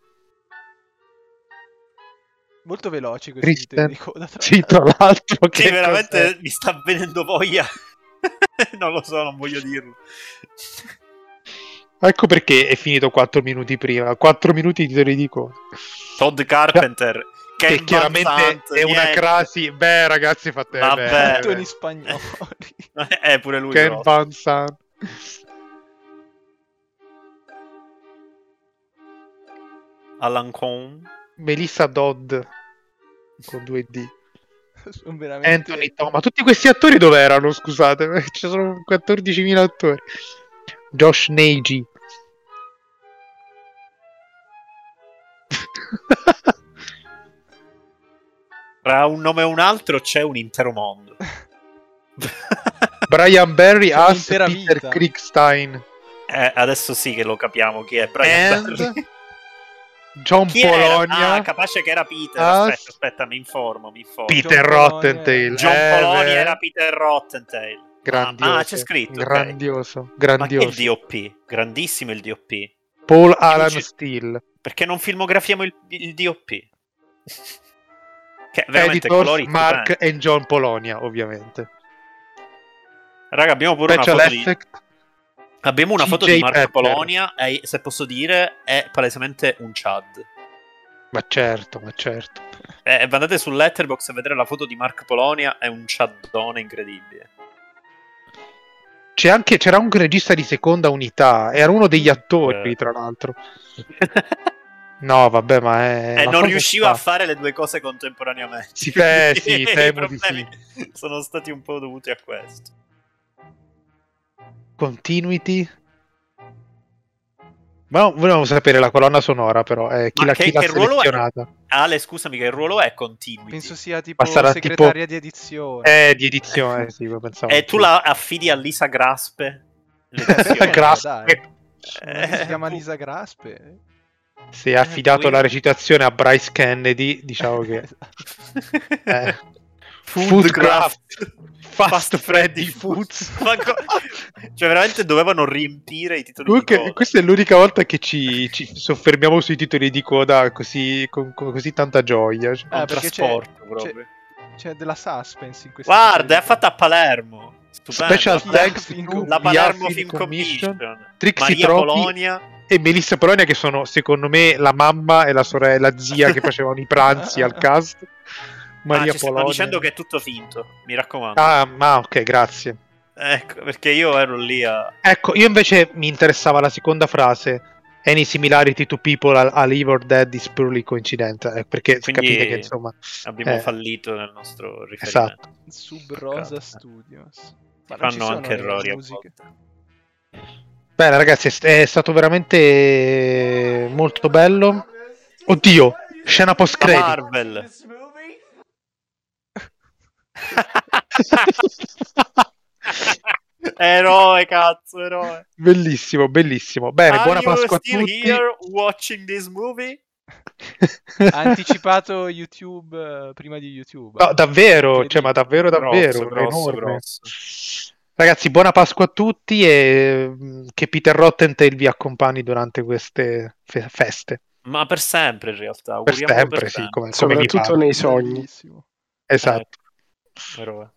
Speaker 3: Molto veloci questi
Speaker 2: Kristen.
Speaker 3: titoli di coda. tra [LAUGHS]
Speaker 2: sì, tra l'altro.
Speaker 1: Sì,
Speaker 2: che
Speaker 1: veramente
Speaker 2: cos'è?
Speaker 1: mi sta venendo voglia. [LAUGHS] non lo so, non voglio dirlo.
Speaker 2: Ecco perché è finito 4 minuti prima, 4 minuti di te li dico.
Speaker 1: Todd Carpenter. Ken
Speaker 2: Cioè, Che
Speaker 1: Van
Speaker 2: chiaramente
Speaker 1: Sant,
Speaker 2: è una
Speaker 1: niente.
Speaker 2: crasi. Beh, ragazzi, fate
Speaker 1: Vabbè.
Speaker 2: bene.
Speaker 3: l'altro in spagnoli. [LAUGHS]
Speaker 1: [LAUGHS] Eh, pure lui.
Speaker 2: Ken
Speaker 1: però.
Speaker 2: Van Sant.
Speaker 1: Alan Cohn.
Speaker 2: Melissa Dodd con 2D.
Speaker 3: Sono veramente...
Speaker 2: Anthony Thomas. Tutti questi attori dove erano? Scusate, [LAUGHS] ci sono 14.000 attori. Josh
Speaker 3: [LAUGHS]
Speaker 2: Neji.
Speaker 1: Tra un nome e un altro c'è un intero
Speaker 2: [LAUGHS]
Speaker 1: mondo.
Speaker 2: Brian Barry
Speaker 3: Sono
Speaker 2: as
Speaker 3: intera
Speaker 2: Peter
Speaker 3: vita.
Speaker 2: Kriegstein.
Speaker 1: Eh, adesso sì che lo capiamo chi è Brian
Speaker 2: And-
Speaker 1: Barry.
Speaker 2: John
Speaker 1: Chi era?
Speaker 2: Polonia.
Speaker 1: Ah, capace che era Peter.
Speaker 2: Ah,
Speaker 1: Aspetta, aspetta, mi informo, mi informo.
Speaker 2: Peter
Speaker 3: John
Speaker 2: Rottentail.
Speaker 1: John
Speaker 2: eh,
Speaker 1: Polonia
Speaker 2: beh,
Speaker 1: era Peter Rottentail.
Speaker 2: Grandioso.
Speaker 1: Ah, c'è scritto, ok.
Speaker 2: Grandioso.
Speaker 1: Ma che il
Speaker 2: Grandioso.
Speaker 1: DOP? Grandissimo il DOP.
Speaker 2: Paul Alan
Speaker 1: Ci-
Speaker 2: Steele.
Speaker 1: Perché non filmografiamo il, il DOP? Che veramente eh. colori
Speaker 2: Editors Mark
Speaker 1: stupendi.
Speaker 2: e John Polonia, ovviamente.
Speaker 1: Raga, abbiamo pure
Speaker 2: Special
Speaker 1: una foto di...
Speaker 2: effect.
Speaker 1: Abbiamo una foto
Speaker 2: CJ
Speaker 1: di Marco
Speaker 2: Pepper.
Speaker 1: Polonia e se posso dire è palesemente un Chad.
Speaker 2: Ma certo, ma certo.
Speaker 1: Eh, andate su Letterboxd a vedere la foto di Marco Polonia, è un Chadone incredibile.
Speaker 2: C'è anche, c'era anche un regista di seconda unità. Era uno degli attori,
Speaker 1: Eh. [LAUGHS]
Speaker 2: tra l'altro. No, vabbè, ma è.
Speaker 1: e
Speaker 2: ma
Speaker 1: Eh, non
Speaker 2: cosa
Speaker 1: riusciva a
Speaker 2: Eh, sta?
Speaker 1: fare le due cose contemporaneamente.
Speaker 2: Sì, beh, sì,
Speaker 1: [LAUGHS] I
Speaker 2: temo di
Speaker 1: problemi sono stati un po' dovuti a questo.
Speaker 2: Continuity. Ma no, volevamo sapere la colonna sonora, però. eh, chi
Speaker 1: Ma
Speaker 2: l'ha,
Speaker 1: che-
Speaker 2: chi l'ha
Speaker 1: che ruolo è?
Speaker 2: selezionata?
Speaker 1: Ale, scusami, che il ruolo è continuity.
Speaker 3: Penso sia tipo
Speaker 2: Passerà tipo-
Speaker 3: segretaria di edizione.
Speaker 2: Eh, di edizione, sì, lo pensavo.
Speaker 1: E Eh,
Speaker 2: [LAUGHS]
Speaker 1: tu la affidi a Lisa Graspe?
Speaker 3: Edizione,
Speaker 2: Grasp-
Speaker 3: dai.
Speaker 1: Eh,
Speaker 3: si chiama
Speaker 1: pu- [LAUGHS]
Speaker 3: Lisa Graspe.
Speaker 2: Se è affidato
Speaker 1: Eh, poi-
Speaker 2: la recitazione a Bryce Kennedy, diciamo
Speaker 1: [LAUGHS]
Speaker 3: [LAUGHS]
Speaker 2: che.
Speaker 3: Esatto.
Speaker 2: Eh. Fast, Freddy Foods.
Speaker 1: [LAUGHS] Ma co- cioè, veramente dovevano riempire i titoli
Speaker 2: Comunque,
Speaker 1: di coda.
Speaker 2: questa è l'unica volta che ci, ci soffermiamo sui titoli di coda così, con, con così tanta gioia. cioè.
Speaker 1: Un
Speaker 3: Ah, perché c'è-
Speaker 1: trasporto proprio.
Speaker 3: C'è Cioè, della suspense in questo
Speaker 1: Guarda, è fatta a Palermo. Stupendo.
Speaker 2: Special
Speaker 3: Chi-
Speaker 2: thanks
Speaker 3: Film
Speaker 2: to
Speaker 1: la
Speaker 2: the
Speaker 1: Palermo
Speaker 2: Art
Speaker 1: Film Commission,
Speaker 2: Trixie
Speaker 1: Maria
Speaker 2: Troppi
Speaker 1: Polonia.
Speaker 2: e Melissa Polonia, che sono secondo me la mamma e la sorella, la zia che facevano i pranzi al cast.
Speaker 1: ah,
Speaker 2: Maria
Speaker 1: ci stanno
Speaker 2: Polonia.
Speaker 1: dicendo che è tutto finto, mi raccomando.
Speaker 2: Ah, ma ok, grazie.
Speaker 1: Ecco, perché io ero lì a...
Speaker 2: Ecco, io invece mi interessava la seconda frase. Any similarity to people al- all Evil Dead is purely coincidental. eh, Perché
Speaker 1: Quindi-
Speaker 2: capite che insomma.
Speaker 1: Abbiamo
Speaker 2: Eh.
Speaker 1: fallito nel nostro riferimento.
Speaker 3: Sub Rosa
Speaker 1: Peccato.
Speaker 3: Studios. Ma non ci
Speaker 1: Fanno
Speaker 3: sono
Speaker 1: anche
Speaker 3: le
Speaker 1: errori a
Speaker 3: musiche?
Speaker 1: volte.
Speaker 2: Bene, ragazzi, è st- è stato veramente Eh,
Speaker 1: [LAUGHS]
Speaker 2: molto bello. [LAUGHS] Oddio, scena post
Speaker 1: La
Speaker 2: credit.
Speaker 1: Marvel. eroe, cazzo, eroe.
Speaker 2: Bellissimo, bellissimo. Bene,
Speaker 1: Are
Speaker 2: Eh, buona
Speaker 1: you
Speaker 2: Pasqua a
Speaker 1: still
Speaker 2: tutti. [LAUGHS]
Speaker 1: here watching this movie?
Speaker 3: Ha anticipato YouTube eh, prima di YouTube.
Speaker 2: No, davvero, cioè,
Speaker 3: Incredibile.
Speaker 2: ma davvero, davvero,
Speaker 1: Grosso, grosso,
Speaker 2: enorme.
Speaker 1: grosso.
Speaker 2: Ragazzi, buona Pasqua a tutti e mm, che Peter Rottentail vi accompagni durante queste fe- feste.
Speaker 1: Ma per sempre, in realtà.
Speaker 2: Per
Speaker 1: auguriamolo
Speaker 2: sempre,
Speaker 1: per
Speaker 2: sì,
Speaker 1: sempre.
Speaker 2: come, come vi
Speaker 4: Soprattutto
Speaker 2: pare.
Speaker 4: nei sogni.
Speaker 3: Bellissimo.
Speaker 2: Esatto.
Speaker 1: Eroe.